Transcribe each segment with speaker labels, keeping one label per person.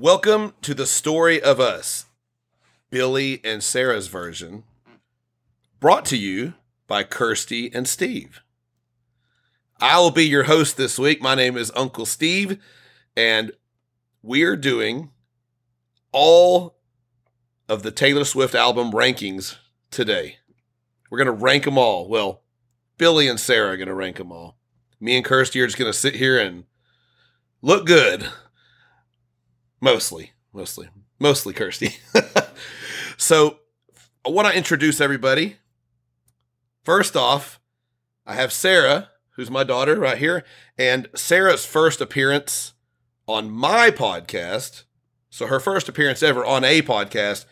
Speaker 1: Welcome to the story of us, Billy and Sarah's version, brought to you by Kirsty and Steve. I will be your host this week. My name is Uncle Steve, and we're doing all of the Taylor Swift album rankings today. We're going to rank them all. Well, Billy and Sarah are going to rank them all. Me and Kirsty are just going to sit here and look good. Mostly, mostly, mostly Kirsty. so I want to introduce everybody. First off, I have Sarah, who's my daughter right here, and Sarah's first appearance on my podcast. So her first appearance ever on a podcast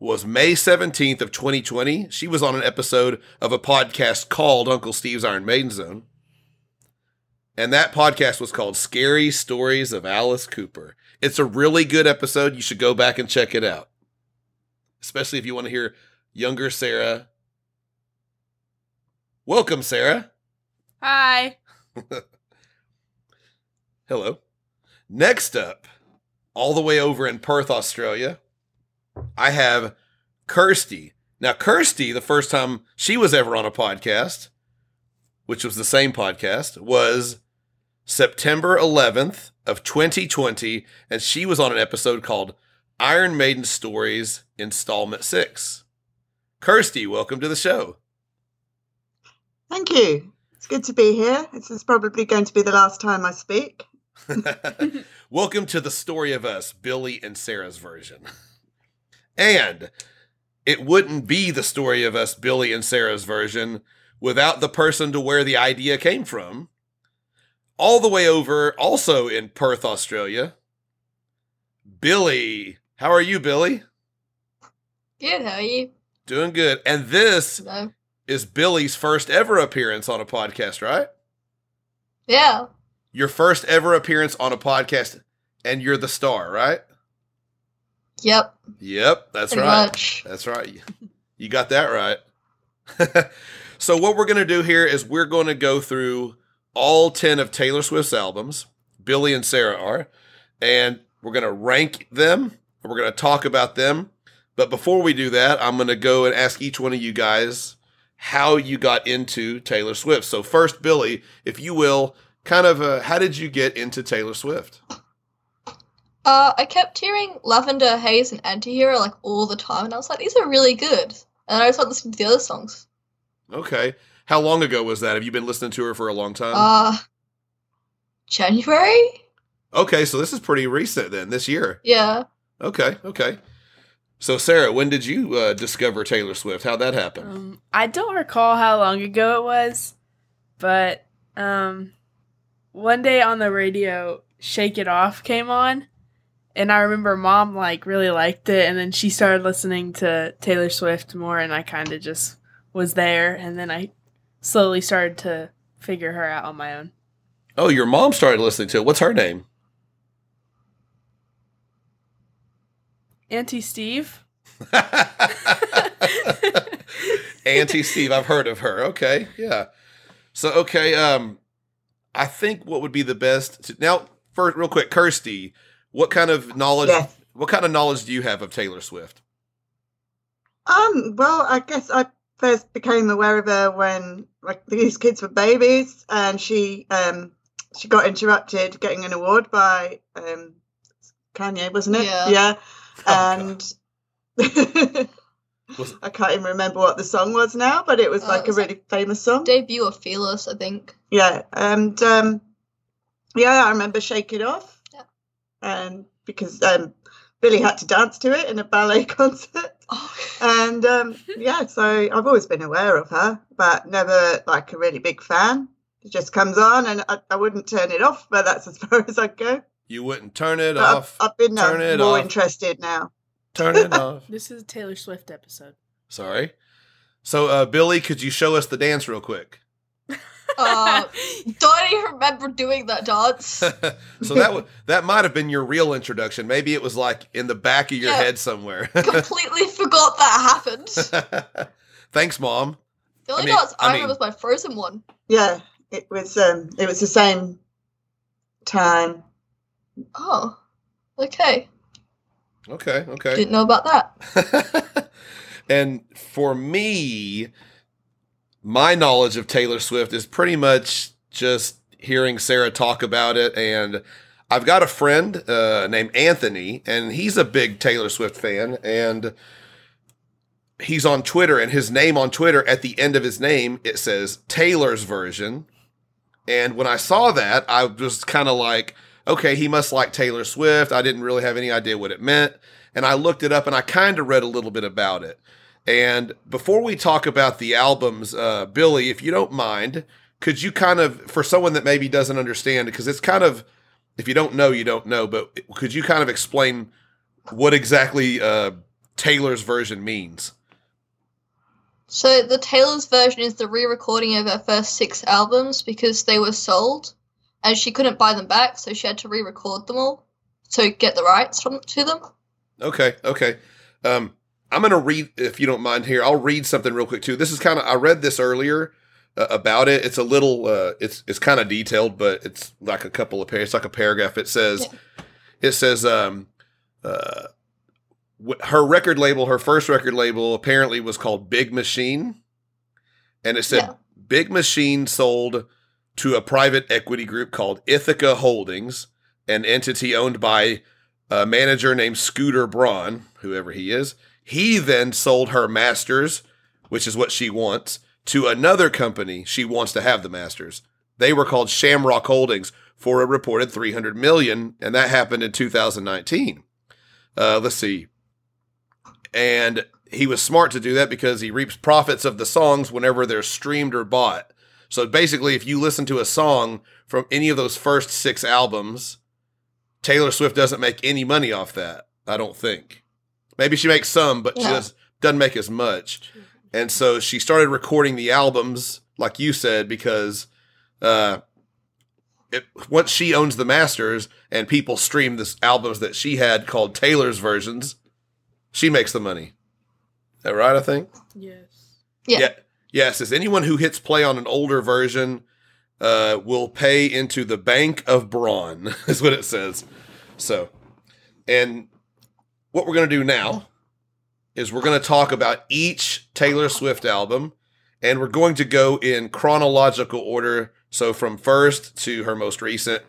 Speaker 1: was May 17th of 2020. She was on an episode of a podcast called Uncle Steve's Iron Maiden Zone. And that podcast was called Scary Stories of Alice Cooper. It's a really good episode. You should go back and check it out. Especially if you want to hear younger Sarah. Welcome, Sarah.
Speaker 2: Hi.
Speaker 1: Hello. Next up, all the way over in Perth, Australia, I have Kirsty. Now, Kirsty, the first time she was ever on a podcast, which was the same podcast, was September 11th of 2020, and she was on an episode called Iron Maiden Stories Installment 6. Kirsty, welcome to the show.
Speaker 3: Thank you. It's good to be here. This is probably going to be the last time I speak.
Speaker 1: Welcome to the story of us, Billy and Sarah's version. And it wouldn't be the story of us, Billy and Sarah's version, without the person to where the idea came from. All the way over, also in Perth, Australia. Billy. How are you, Billy?
Speaker 2: Good, how are you? Uh,
Speaker 1: Doing good. And this
Speaker 2: Hello.
Speaker 1: is Billy's first ever appearance on a podcast, right?
Speaker 2: Yeah.
Speaker 1: Your first ever appearance on a podcast, and you're the star, right?
Speaker 2: Yep.
Speaker 1: Yep, that's
Speaker 2: pretty
Speaker 1: right.
Speaker 2: much.
Speaker 1: That's right. You- You got that right. so what we're going to do here is we're going to go through all 10 of Taylor Swift's albums. Billy and Sarah are, and we're going to rank them. and We're going to talk about them. But before we do that, I'm going to go and ask each one of you guys how you got into Taylor Swift. So first, Billy, if you will, kind of uh, how did you get into Taylor Swift?
Speaker 2: Uh, I kept hearing Lavender, Haze, and Antihero like all the time, and I was like, these are really good. And I just started listening to the other songs.
Speaker 1: Okay. How long ago was that? Have you been listening to her for a long time?
Speaker 2: Uh, January?
Speaker 1: Okay, so this is pretty recent then, this year.
Speaker 2: Yeah.
Speaker 1: Okay, okay. So Sarah, when did you uh, discover Taylor Swift? How'd that happen?
Speaker 4: Um, I don't recall how long ago it was, but um, one day on the radio, "Shake It Off" came on, and I remember mom like really liked it, and then she started listening to Taylor Swift more, and I kind of just was there, and then I slowly started to figure her out on my own.
Speaker 1: oh, your mom started listening to it. What's her name?
Speaker 4: Auntie Steve.
Speaker 1: Auntie Steve, I've heard of her. Okay, yeah. So okay, um, I think what would be the best to, now. First, real quick, Kirsty, what kind of knowledge?
Speaker 3: Yes.
Speaker 1: What kind of knowledge do you have of Taylor Swift?
Speaker 3: Um, well, I guess I first became aware of her when like these kids were babies, and she um she got interrupted getting an award by um Kanye, wasn't it?
Speaker 2: Yeah.
Speaker 1: Oh,
Speaker 3: and
Speaker 1: Was-
Speaker 3: I can't even remember what the song was now, but it was
Speaker 2: Uh,
Speaker 3: like
Speaker 2: it
Speaker 3: a
Speaker 2: was like-
Speaker 3: really famous song.
Speaker 2: Debut of Fearless, I think.
Speaker 3: Yeah, and um, yeah, I remember Shake It Off,
Speaker 2: Yeah.
Speaker 3: and because um, Billy had to dance to it in a ballet concert,
Speaker 2: Oh,
Speaker 3: and um, yeah, so I've always been aware of her, but never like a really big fan. It just comes on, and I, I wouldn't turn it off, but that's as far as I go.
Speaker 1: You wouldn't turn it
Speaker 3: But
Speaker 1: off.
Speaker 3: I've, I've been um,
Speaker 1: Turn it
Speaker 3: more
Speaker 1: off.
Speaker 3: interested now.
Speaker 1: turn it off.
Speaker 4: This is a Taylor Swift episode.
Speaker 1: Sorry. So, uh, Billy, could you show us the dance real quick?
Speaker 2: uh, don't even remember doing that dance.
Speaker 1: so that w- that might have been your real introduction. Maybe it was like in the back of your
Speaker 2: Yeah.
Speaker 1: head somewhere.
Speaker 2: Completely forgot that happened.
Speaker 1: Thanks, mom.
Speaker 2: The only
Speaker 1: I mean-
Speaker 2: dance I,
Speaker 1: I mean-
Speaker 2: remember was my Frozen one.
Speaker 3: Yeah, it was um, it was the same time.
Speaker 2: Oh, okay.
Speaker 1: Okay, okay.
Speaker 2: Didn't know about that.
Speaker 1: and for me, my knowledge of Taylor Swift is pretty much just hearing Sarah talk about it. And I've got a friend uh, named Anthony, and he's a big Taylor Swift fan. And he's on Twitter, and his name on Twitter, at the end of his name, it says Taylor's version. And when I saw that, I was kind of like, okay, he must like Taylor Swift. I didn't really have any idea what it meant. And I looked it up and I kind of read a little bit about it. And before we talk about the albums, uh, Billy, if you don't mind, could you kind of, for someone that maybe doesn't understand, because it's kind of, if you don't know, you don't know, but could you kind of explain what exactly uh, Taylor's version means?
Speaker 2: So the Taylor's version is the re-recording of her first six albums because they were sold, and she couldn't buy them back, so she had to re-record them all to get the rights from to them.
Speaker 1: Okay, okay. Um, I'm gonna read if you don't mind here. I'll read something real quick too. This is kind of I read this earlier uh, about it. It's a little uh, it's it's kind of detailed, but it's like a couple of pages. It's like a paragraph. It says it says um uh wh- her record label, her first record label, apparently was called Big Machine, and it said
Speaker 2: Yeah.
Speaker 1: Big Machine sold to a private equity group called Ithaca Holdings, an entity owned by a manager named Scooter Braun, whoever he is. He then sold her masters, which is what she wants, to another company. She wants to have the masters. They were called Shamrock Holdings for a reported 300 million, and that happened in 2019. Uh, let's see. And he was smart to do that because he reaps profits of the songs whenever they're streamed or bought. So basically, if you listen to a song from any of those first six albums, Taylor Swift doesn't make any money off that. I don't think. Maybe she makes some, but she
Speaker 2: Yeah.
Speaker 1: does, doesn't make as much. And so she started recording the albums, like you said, because uh, it, once she owns the masters and people stream this albums that she had called Taylor's versions, she makes the money. Is that right? I think.
Speaker 4: Yes.
Speaker 2: Yeah.
Speaker 1: Yeah. Yes. Is anyone who hits play on an older version uh, will pay into the bank of brawn? Is what it says. So, and what we're going to do now is we're going to talk about each Taylor Swift album, and we're going to go in chronological order. So from first to her most recent.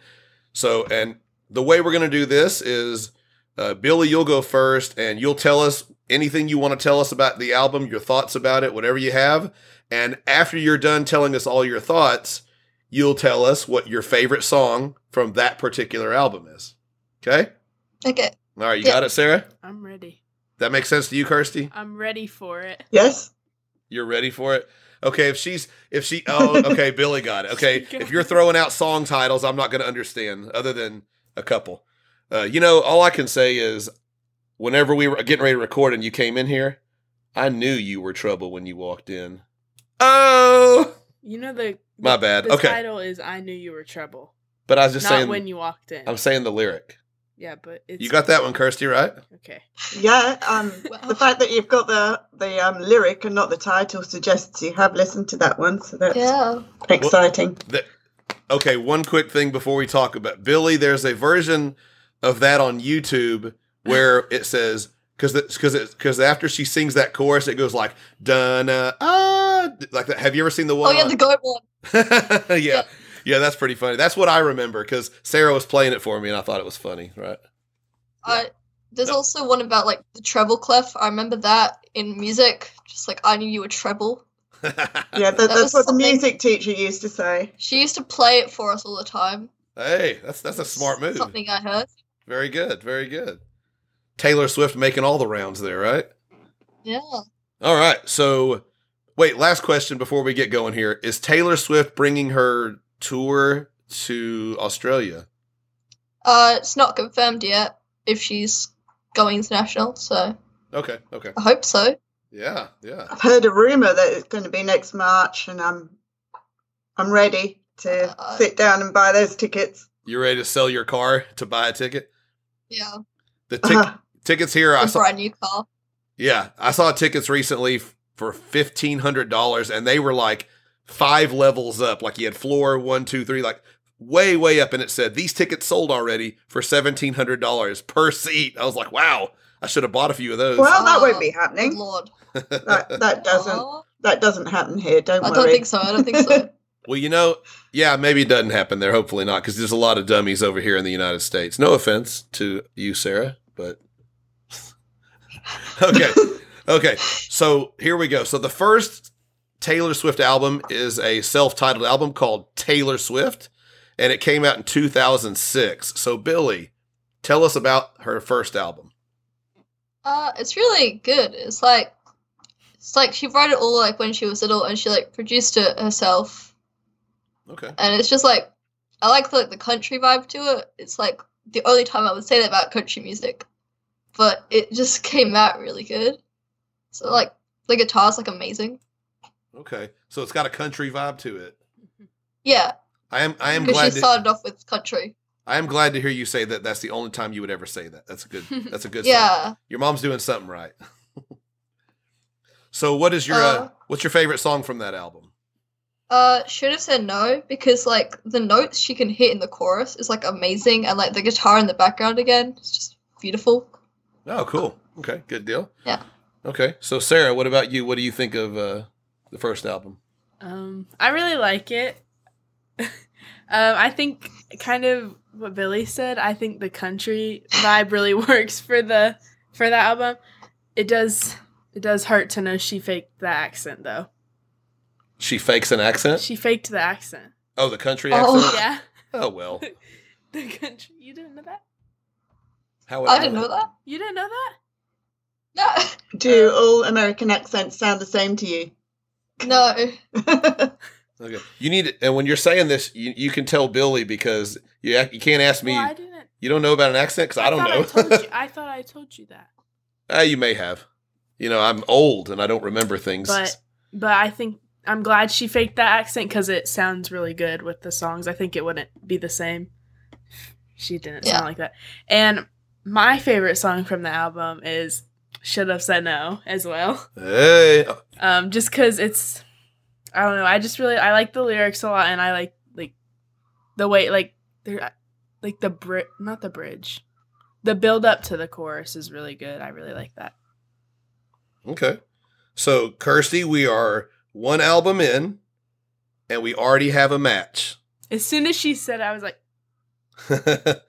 Speaker 1: So, and the way we're going to do this is uh, Billy, you'll go first, and you'll tell us anything you want to tell us about the album, your thoughts about it, whatever you have. And after you're done telling us all your thoughts, you'll tell us what your favorite song from that particular album is. Okay?
Speaker 2: Okay.
Speaker 1: All right, you
Speaker 2: Yeah.
Speaker 1: got it, Sarah?
Speaker 4: I'm ready.
Speaker 1: That makes sense to you, Kirsty?
Speaker 4: I'm ready for it.
Speaker 3: Yes.
Speaker 1: You're ready for it? Okay, if she's if she oh okay, Billy got it. Okay. If you're throwing out song titles, I'm not gonna understand other than a couple. Uh, you know, all I can say is whenever we were getting ready to record and you came in here, I knew you were trouble when you walked in. Oh
Speaker 4: You know the
Speaker 1: my bad.
Speaker 4: the
Speaker 1: okay.
Speaker 4: title is "I Knew You Were Trouble."
Speaker 1: But I was just
Speaker 4: Not
Speaker 1: saying
Speaker 4: when you walked in.
Speaker 1: I'm saying the lyric.
Speaker 4: yeah, but it's
Speaker 1: You got that one, Kirsty, right?
Speaker 4: Okay.
Speaker 3: Yeah. Um,
Speaker 2: Wow.
Speaker 3: the fact that you've got the the um, lyric and not the title suggests you have listened to that one, so that's
Speaker 2: Yeah.
Speaker 3: exciting.
Speaker 1: Okay, one quick thing before we talk about Billy. There's a version of that on YouTube where it says because because because after she sings that chorus, it goes like donna ah like that. Have you ever seen the
Speaker 2: Oh
Speaker 1: one?
Speaker 2: yeah, the goat one.
Speaker 1: on- yeah,
Speaker 2: Yeah.
Speaker 1: yeah, that's pretty funny. That's what I remember because Sarah was playing it for me, and I thought it was funny. Right?
Speaker 2: Uh, there's
Speaker 1: Yeah.
Speaker 2: also one about like the treble clef. I remember that in music. Just like I knew you were treble.
Speaker 1: Uh,
Speaker 3: Yeah, that,
Speaker 2: That
Speaker 3: that's
Speaker 2: was
Speaker 3: what the
Speaker 2: something-
Speaker 3: music teacher used to say.
Speaker 2: She used to play it for us all the time.
Speaker 1: Hey, that's that's a smart move.
Speaker 2: Something I heard.
Speaker 1: Very good. Very good. Taylor Swift making all the rounds there, right?
Speaker 2: Yeah.
Speaker 1: All right. So, wait, last question before we get going here. Is Taylor Swift bringing her tour to Australia?
Speaker 2: Uh, it's not confirmed yet if she's going international. So
Speaker 1: Okay. Okay.
Speaker 2: I hope so.
Speaker 1: Yeah. Yeah.
Speaker 3: I've heard a rumor that it's going to be next March, and I'm I'm ready to
Speaker 2: Uh,
Speaker 3: sit down and buy those tickets.
Speaker 1: You ready to sell your car to buy a ticket?
Speaker 2: Yeah.
Speaker 1: The tic- tickets here, I
Speaker 2: A
Speaker 1: saw.
Speaker 2: brand new car.
Speaker 1: Yeah, I saw tickets recently f- for fifteen hundred dollars, and they were like five levels up. Like you had floor one, two, three, like way, way up, and it said these tickets sold already for seventeen hundred dollars per seat. I was like, wow, I should have bought a few of those.
Speaker 3: Well, uh, that won't
Speaker 2: Ah,
Speaker 3: be
Speaker 2: Good
Speaker 3: happening.
Speaker 2: lord.
Speaker 3: That that doesn't
Speaker 2: Aw.
Speaker 3: that doesn't happen here. Don't
Speaker 2: I
Speaker 3: worry.
Speaker 2: don't think so. I don't think so.
Speaker 1: well, you know, yeah, maybe it doesn't happen there. Hopefully not, because there's a lot of dummies over here in the United States. No offense to you, Sarah, but okay, okay. So here we go. So the first Taylor Swift album is a self-titled album called Taylor Swift, and it came out in 2006. So Billy, tell us about her first album.
Speaker 2: Uh, it's really good. It's like it's like she wrote it all like when she was little, and she like produced it herself.
Speaker 1: Okay.
Speaker 2: And it's just like I like the, like the country vibe to it. It's like the only time I would say that about country music, but it just came out really good. So like the guitar's like amazing.
Speaker 1: Okay. So it's got a country vibe to it.
Speaker 4: Mm-hmm.
Speaker 2: Yeah,
Speaker 1: I am. I am
Speaker 2: because she
Speaker 1: glad. That,
Speaker 2: started off with country.
Speaker 1: I am glad to hear you say that. That's the only time you would ever say that. That's a good. That's a good. sign.
Speaker 2: Yeah.
Speaker 1: Your mom's doing something right. so what is your uh,
Speaker 2: Uh,
Speaker 1: what's your favorite song from that album?
Speaker 2: Uh, should have said no because like the notes she can hit in the chorus is like amazing, and like the guitar in the background again, it's just beautiful.
Speaker 1: Oh, cool. Okay, good deal.
Speaker 2: Yeah.
Speaker 1: Okay, so Sarah, what about you? What do you think of uh, the first album?
Speaker 4: Um, I really like it. um, I think kind of what Billy said. I think the country vibe really works for the for that album. It does. It does hurt to know she faked the accent though.
Speaker 1: She fakes an accent.
Speaker 4: She faked the accent.
Speaker 1: oh, the country
Speaker 2: Oh.
Speaker 1: accent.
Speaker 4: Yeah,
Speaker 1: Oh well.
Speaker 4: the country. You didn't know that.
Speaker 1: How would
Speaker 2: I didn't know that.
Speaker 4: You didn't know that.
Speaker 2: No,
Speaker 3: Do all American accents sound the same to you?
Speaker 2: no.
Speaker 1: Okay. You need and when you're saying this, you, you can tell Billy because you ac- you can't ask me.
Speaker 4: Well, I didn't.
Speaker 1: you don't know about an accent because I, don't
Speaker 4: thought
Speaker 1: know.
Speaker 4: I, told you, I thought I told you that.
Speaker 1: Ah, you may have. You know, I'm old and I don't remember things.
Speaker 4: But but I think I'm glad she faked that accent because it sounds really good with the songs. I think it wouldn't be the same. She didn't
Speaker 2: Yeah.
Speaker 4: sound like that. And my favorite song from the album is "Should Have Said No" as well.
Speaker 1: hey, oh,
Speaker 4: Um, just because it's I don't know. I just really I like the lyrics a lot, and I like like the way like they're like the bri- not the bridge, the build up to the chorus is really good. I really like that.
Speaker 1: okay. So, Kirsty, we are one album in, and we already have a match.
Speaker 4: As soon as she said, it, I was like,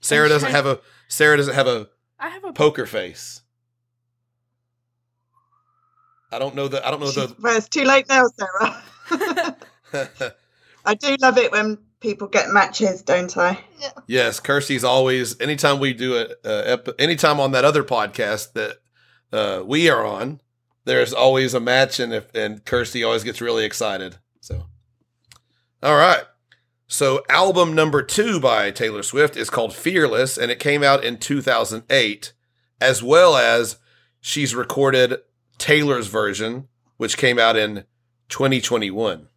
Speaker 1: Sarah doesn't have a Sarah doesn't have a
Speaker 4: I have a
Speaker 1: poker face. I don't know the I don't know
Speaker 3: She's- well, it's too late now, Sarah.
Speaker 1: the
Speaker 3: I do love it when people get matches, don't I?
Speaker 1: Yes, Kirsty's always anytime we do a, a ep, anytime on that other podcast that uh, we are on, there's always a match, and if and Kirsty always gets really excited. So, all right, so album number two by Taylor Swift is called Fearless, and it came out in 2008, as well as she's recorded Taylor's version, which came out in 2021.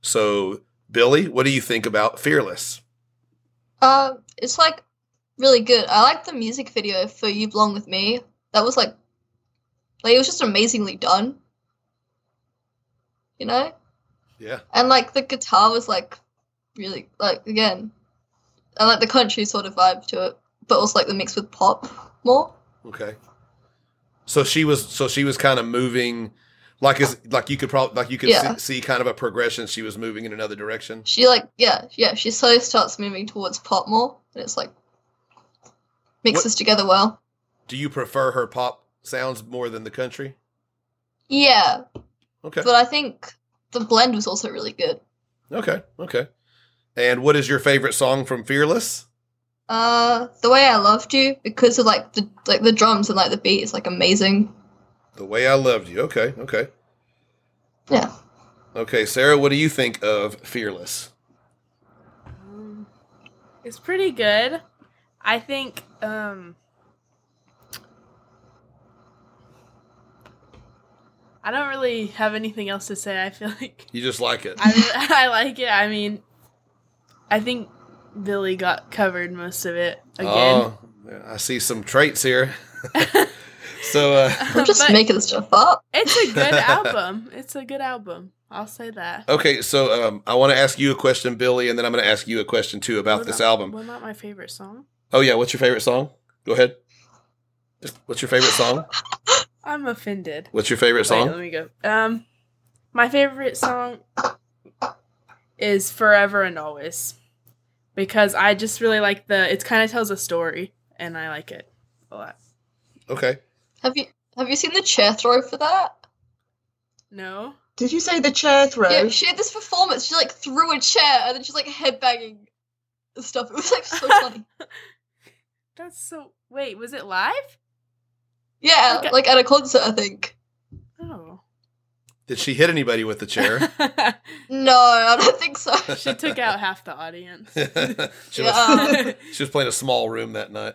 Speaker 1: So, Billy, what do you think about Fearless?
Speaker 2: Um, it's like really good. I like the music video for "You Belong with Me." That was like, like it was just amazingly done. You know,
Speaker 1: Yeah.
Speaker 2: and like the guitar was like really like again, and like the country sort of vibe to it, but also like the mix with pop more.
Speaker 1: Okay. So she was so she was kind of moving like is like you could probably like you could
Speaker 2: Yeah.
Speaker 1: see, see kind of a progression she was moving in another direction.
Speaker 2: She like yeah yeah she slowly starts moving towards pop more, and it's like mixes together well.
Speaker 1: Do you prefer her pop sounds more than the country?
Speaker 2: Yeah,
Speaker 1: Okay.
Speaker 2: but I think the blend was also really good.
Speaker 1: Okay. Okay. And what is your favorite song from Fearless?
Speaker 2: Uh, the way I loved you because of like the like the drums and like the beat is like amazing.
Speaker 1: The Way I Loved You. Okay. Okay.
Speaker 2: Yeah.
Speaker 1: Okay, Sarah, what do you think of Fearless?
Speaker 4: Um, it's pretty good. I think um I don't really have anything else to say. I feel like
Speaker 1: You just like it.
Speaker 4: I really- I like it. I mean, I think Billy got covered most of it again.
Speaker 1: Oh, I see some traits here. Oh. so uh
Speaker 2: I'm just
Speaker 4: But
Speaker 2: making stuff up.
Speaker 4: it's a good album. It's a good album. I'll say that.
Speaker 1: Okay, so um, I want to ask you a question, Billy, and then I'm going to ask you a question too about
Speaker 4: Well,
Speaker 1: this
Speaker 4: not-
Speaker 1: album.
Speaker 4: Well, not my favorite song.
Speaker 1: Oh yeah, what's your favorite song? Go ahead. Just what's your favorite song?
Speaker 4: I'm offended.
Speaker 1: What's your favorite
Speaker 4: Wait,
Speaker 1: song?
Speaker 4: let me go. Um, my favorite song is "Forever and Always" because I just really like the. It kind of tells a story, and I like it a lot.
Speaker 1: okay.
Speaker 2: Have you have you seen the chair throw for that?
Speaker 4: No,
Speaker 3: Did you say the chair throw?
Speaker 2: Yeah, she had this performance. She like threw a chair and then she's like headbanging and stuff. It was like so funny.
Speaker 4: that's so. Wait, was it live?
Speaker 2: Yeah,
Speaker 4: Okay.
Speaker 2: like at a concert, I think.
Speaker 4: Oh,
Speaker 1: Did she hit anybody with the chair?
Speaker 2: No, I don't think so.
Speaker 4: she took out half the audience.
Speaker 1: she, was,
Speaker 2: Yeah.
Speaker 1: she was playing a small room that night.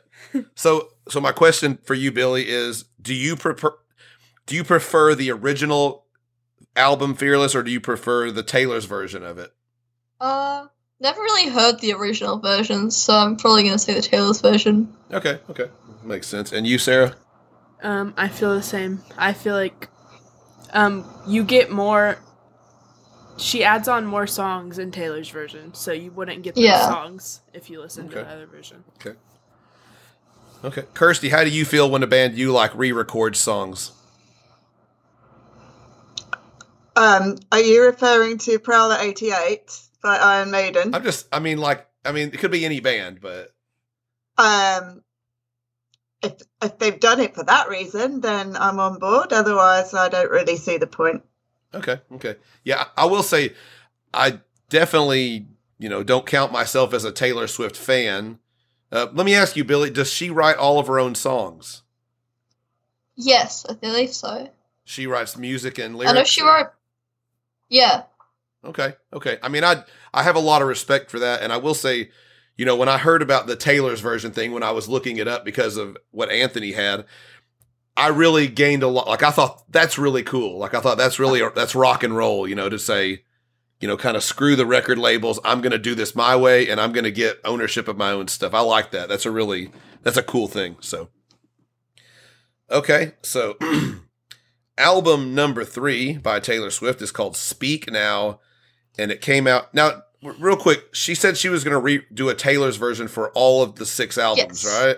Speaker 1: So, so my question for you, Billy, is: Do you prefer do you prefer the original album Fearless, or do you prefer the Taylor's version of it?
Speaker 2: Uh, never really heard the original version, so I'm probably gonna say the Taylor's version.
Speaker 1: Okay, okay, makes sense. And you, Sarah?
Speaker 4: Um, I feel the same. I feel like um you get more she adds on more songs in Taylor's version, so you wouldn't get those
Speaker 2: Yeah.
Speaker 4: songs if you listened to
Speaker 1: Okay.
Speaker 4: the other version.
Speaker 1: Okay, Kirsty, how do you feel when a band you like re-records songs?
Speaker 3: Um, are you referring to Prowler 88 by Iron Maiden?
Speaker 1: I'm just, I mean, like, I mean, it could be any band, but
Speaker 3: Um, if, if they've done it for that reason, then I'm on board. Otherwise, I don't really see the point.
Speaker 1: Okay. Okay. Yeah, I I will say, I definitely you know don't count myself as a Taylor Swift fan. Uh, let me ask you, Billy, does she write all of her own songs?
Speaker 2: Yes, I believe so.
Speaker 1: She writes music and lyrics.
Speaker 2: I know she
Speaker 1: or-
Speaker 2: wrote. Yeah,
Speaker 1: Okay. Okay. I mean, I I have a lot of respect for that, and I will say, you know, when I heard about the Taylor's version thing, when I was looking it up because of what Anthony had, I really gained a lot. Like I thought that's really cool. Like I thought that's really that's rock and roll. You know, to say, you know, kind of screw the record labels. I'm going to do this my way, and I'm going to get ownership of my own stuff. I like that. That's a really that's a cool thing. So, okay, so. album number three by Taylor Swift is called Speak Now, and it came out now. r- Real quick, she said she was going to redo a Taylor's version for all of the six albums,
Speaker 2: Yes.
Speaker 1: right?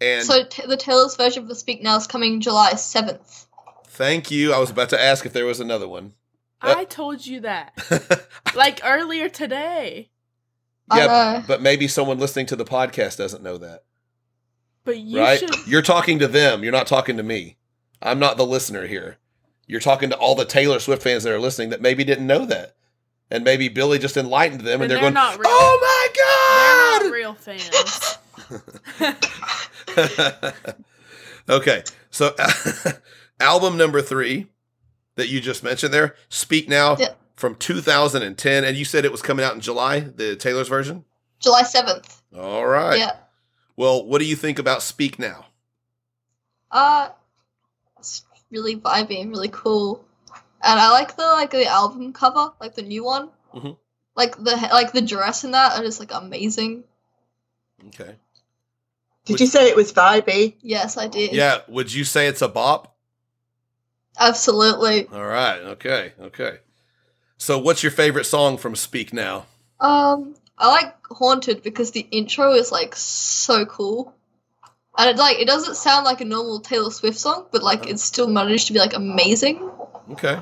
Speaker 1: And
Speaker 2: so t- the Taylor's version for Speak Now is coming July seventh.
Speaker 1: thank you. I was about to ask if there was another one. Uh,
Speaker 4: I told you that. Like earlier today.
Speaker 2: I
Speaker 4: Uh,
Speaker 1: Yeah,
Speaker 2: know.
Speaker 1: but maybe someone listening to the podcast doesn't know that,
Speaker 4: But you
Speaker 1: right?
Speaker 4: should
Speaker 1: You're talking to them. You're not talking to me. I'm not the listener here. You're talking to all the Taylor Swift fans that are listening that maybe didn't know that, and maybe Billy just enlightened them, and,
Speaker 4: Then
Speaker 1: they're,
Speaker 4: they're
Speaker 1: going,
Speaker 4: not real.
Speaker 1: "Oh my
Speaker 4: they're not
Speaker 1: god!"
Speaker 4: real fans.
Speaker 1: okay, so album number three that you just mentioned there, "Speak Now"
Speaker 2: Yeah.
Speaker 1: from 2010, and you said it was coming out in July, the Taylor's version.
Speaker 2: July seventh.
Speaker 1: All right.
Speaker 2: Yeah.
Speaker 1: Well, what do you think about "Speak Now"?
Speaker 2: Uh, it's really vibey and really cool, and I like the like the album cover, like the new one.
Speaker 1: Mhm.
Speaker 2: Like the like the dress in that are just like amazing.
Speaker 1: Okay.
Speaker 3: Did
Speaker 1: Which-
Speaker 3: you say it was vibey?
Speaker 2: Yes, I did.
Speaker 1: Yeah. Would you say it's a bop?
Speaker 2: absolutely.
Speaker 1: All right. Okay. Okay. So, what's your favorite song from "Speak Now"?
Speaker 2: Um, I like Haunted because the intro is like so cool, and it like it doesn't sound like a normal Taylor Swift song, but like it still managed to be like amazing.
Speaker 1: Okay.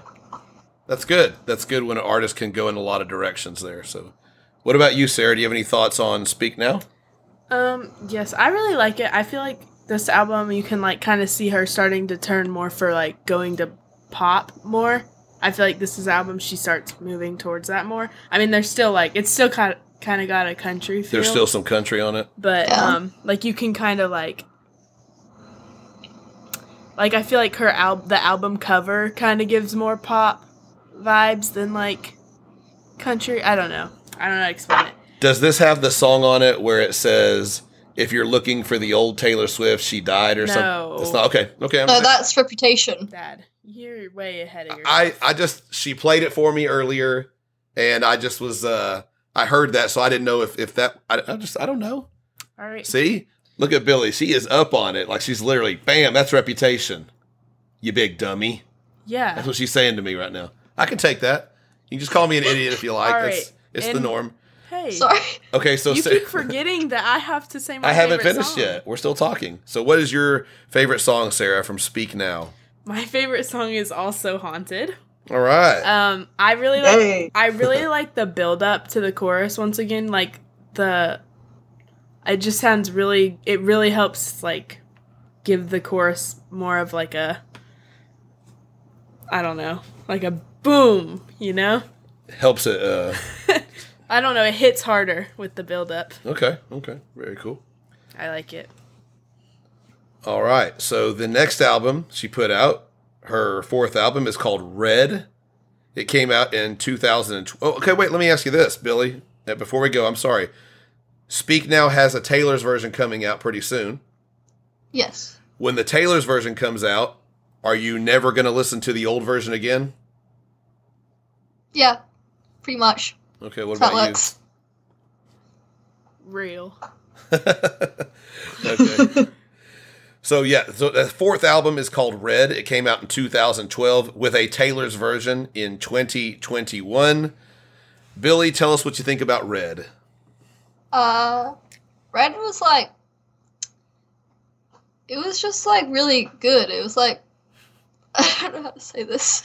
Speaker 1: That's good. That's good when an artist can go in a lot of directions there. So, what about you, Sarah? Do you have any thoughts on "Speak Now"?
Speaker 4: Um, yes, I really like it. I feel like this album you can like kind of see her starting to turn more for like going to pop more. I feel like this is album she starts moving towards that more. I mean, there's still like it's still kind of kind of got a country feel.
Speaker 1: There's still some country on it.
Speaker 4: but
Speaker 2: Yeah.
Speaker 4: um, like you can kind of like like I feel like her al- the album cover kind of gives more pop vibes than like country. I don't know. I don't know how to explain it.
Speaker 1: Does this have the song on it where it says, "If you're looking for the old Taylor Swift, she died" or
Speaker 4: No.
Speaker 1: something? It's not okay. Okay. I'm
Speaker 2: No,
Speaker 1: saying-
Speaker 2: that's Reputation.
Speaker 4: Dad, you're way ahead of yourself.
Speaker 1: I I just she played it for me earlier, and I just was uh I heard that, so I didn't know if if that I, I just I don't know.
Speaker 4: All right.
Speaker 1: See, look at Billy. She is up on it. Like she's literally, bam. That's reputation. You big dummy.
Speaker 4: Yeah.
Speaker 1: That's what she's saying to me right now. I can take that. You can just call me an idiot if you like.
Speaker 4: All
Speaker 1: That's
Speaker 4: right.
Speaker 1: it's the
Speaker 4: And-
Speaker 1: norm.
Speaker 4: Hey,
Speaker 2: Sorry.
Speaker 1: Okay, so
Speaker 4: you
Speaker 1: Sa-
Speaker 4: keep forgetting that I have to say my.
Speaker 1: I haven't
Speaker 4: favorite
Speaker 1: finished
Speaker 4: song.
Speaker 1: yet. We're still talking. So, what is your favorite song, Sarah, from Speak Now?
Speaker 4: My favorite song is also haunted.
Speaker 1: All right.
Speaker 4: Um, I really like.
Speaker 3: Yay.
Speaker 4: I really like the build up to the chorus once again. Like the, it just sounds really. It really helps like give the chorus more of like a. I don't know, like a boom. You know,
Speaker 1: Helps it. Uh,
Speaker 4: I don't know. It hits harder with the build up.
Speaker 1: okay. Okay. Very cool.
Speaker 4: I like it.
Speaker 1: All right. So the next album she put out, her fourth album, is called Red. It came out in 2012. Oh, okay, wait. Let me ask you this, Billy. Uh, Before we go, I'm sorry. Speak Now has a Taylor's version coming out pretty soon.
Speaker 2: Yes.
Speaker 1: When the Taylor's version comes out, are you never going to listen to the old version again?
Speaker 2: Yeah. Pretty much.
Speaker 1: Okay, what
Speaker 2: That's how
Speaker 1: about
Speaker 2: it
Speaker 1: you?
Speaker 2: looks.
Speaker 4: Real.
Speaker 1: okay. So yeah, so the fourth album is called Red. It came out in 2012 with a Taylor's version in 2021. Billy, tell us what you think about Red.
Speaker 2: Uh, Red was like, it was just like really good. It was like, I don't know how to say this.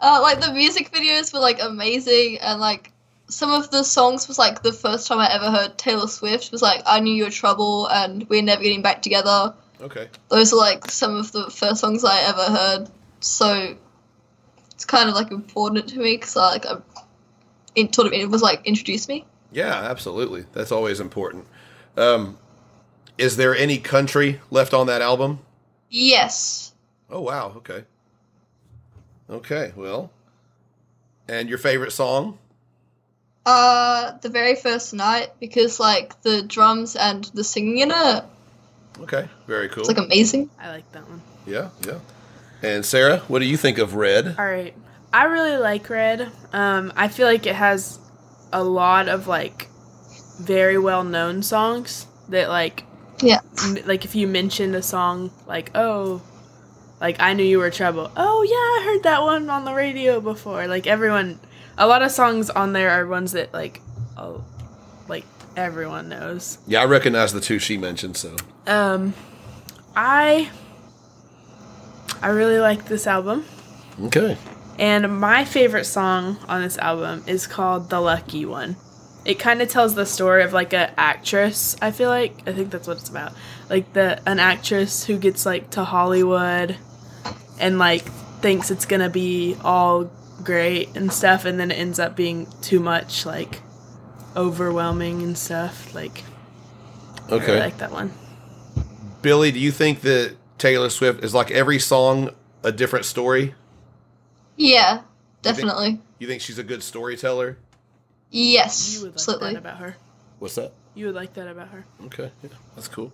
Speaker 2: uh, like the music videos were like amazing, and like some of the songs was like the first time I ever heard Taylor Swift was like, "I knew you were trouble," and we're never getting back together.
Speaker 1: Okay.
Speaker 2: Those are like some of the first songs I ever heard, so it's kind of like important to me because like I'm, it sort of it was like introduced me.
Speaker 1: Yeah, absolutely. That's always important. Um, is there any country left on that album?
Speaker 2: Yes,
Speaker 1: Oh wow. Okay. Okay. Well, and your favorite song?
Speaker 2: Uh, the very first night because like the drums and the singing in it,
Speaker 1: Okay. Very cool.
Speaker 2: it's like amazing.
Speaker 4: I like that one.
Speaker 1: yeah. Yeah. And Sarah, what do you think of Red?
Speaker 4: All right. I really like Red. Um, I feel like it has a lot of like very well known songs that like
Speaker 2: Yeah.
Speaker 4: m- like if you mentioned a song like oh like I knew you were trouble oh yeah I heard that one on the radio before like everyone a lot of songs on there are ones that like oh like everyone knows
Speaker 1: Yeah, I recognize the two she mentioned. So
Speaker 4: um I I really like this album
Speaker 1: okay.
Speaker 4: And my favorite song on this album is called The Lucky One. It kind of tells the story of like an actress, I feel like. I think that's what it's about. Like the an actress who gets like to Hollywood and like thinks it's going to be all great and stuff and then it ends up being too much like overwhelming and stuff. Like I really
Speaker 1: Okay.
Speaker 4: like that one.
Speaker 1: Billy, do you think that Taylor Swift is like every song a different story?
Speaker 2: Yeah,
Speaker 1: You think-
Speaker 2: definitely.
Speaker 1: You think she's a good storyteller?
Speaker 2: Yes,
Speaker 4: You would like
Speaker 2: absolutely.
Speaker 4: that about her.
Speaker 1: What's that?
Speaker 4: You would like that about her.
Speaker 1: Okay. Yeah, that's cool.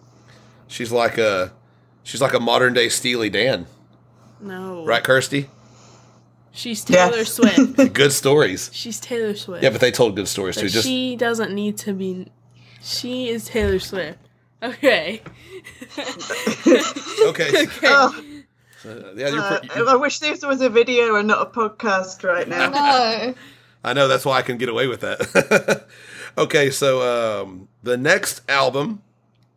Speaker 1: She's like a she's like a modern day Steely Dan.
Speaker 4: No.
Speaker 1: Right, Kirsty?
Speaker 4: She's Taylor
Speaker 3: Yes.
Speaker 4: Swift.
Speaker 1: Good stories.
Speaker 4: She's Taylor Swift.
Speaker 1: Yeah, but they told good stories
Speaker 4: But
Speaker 1: too. Just
Speaker 4: she doesn't need to be. She is Taylor Swift. Okay.
Speaker 1: Okay.
Speaker 3: Oh.
Speaker 1: Uh, yeah, you're pre-
Speaker 3: Uh, I wish this was a video and not a podcast right now.
Speaker 2: No,
Speaker 1: I know that's why I can get away with that. okay, so um, the next album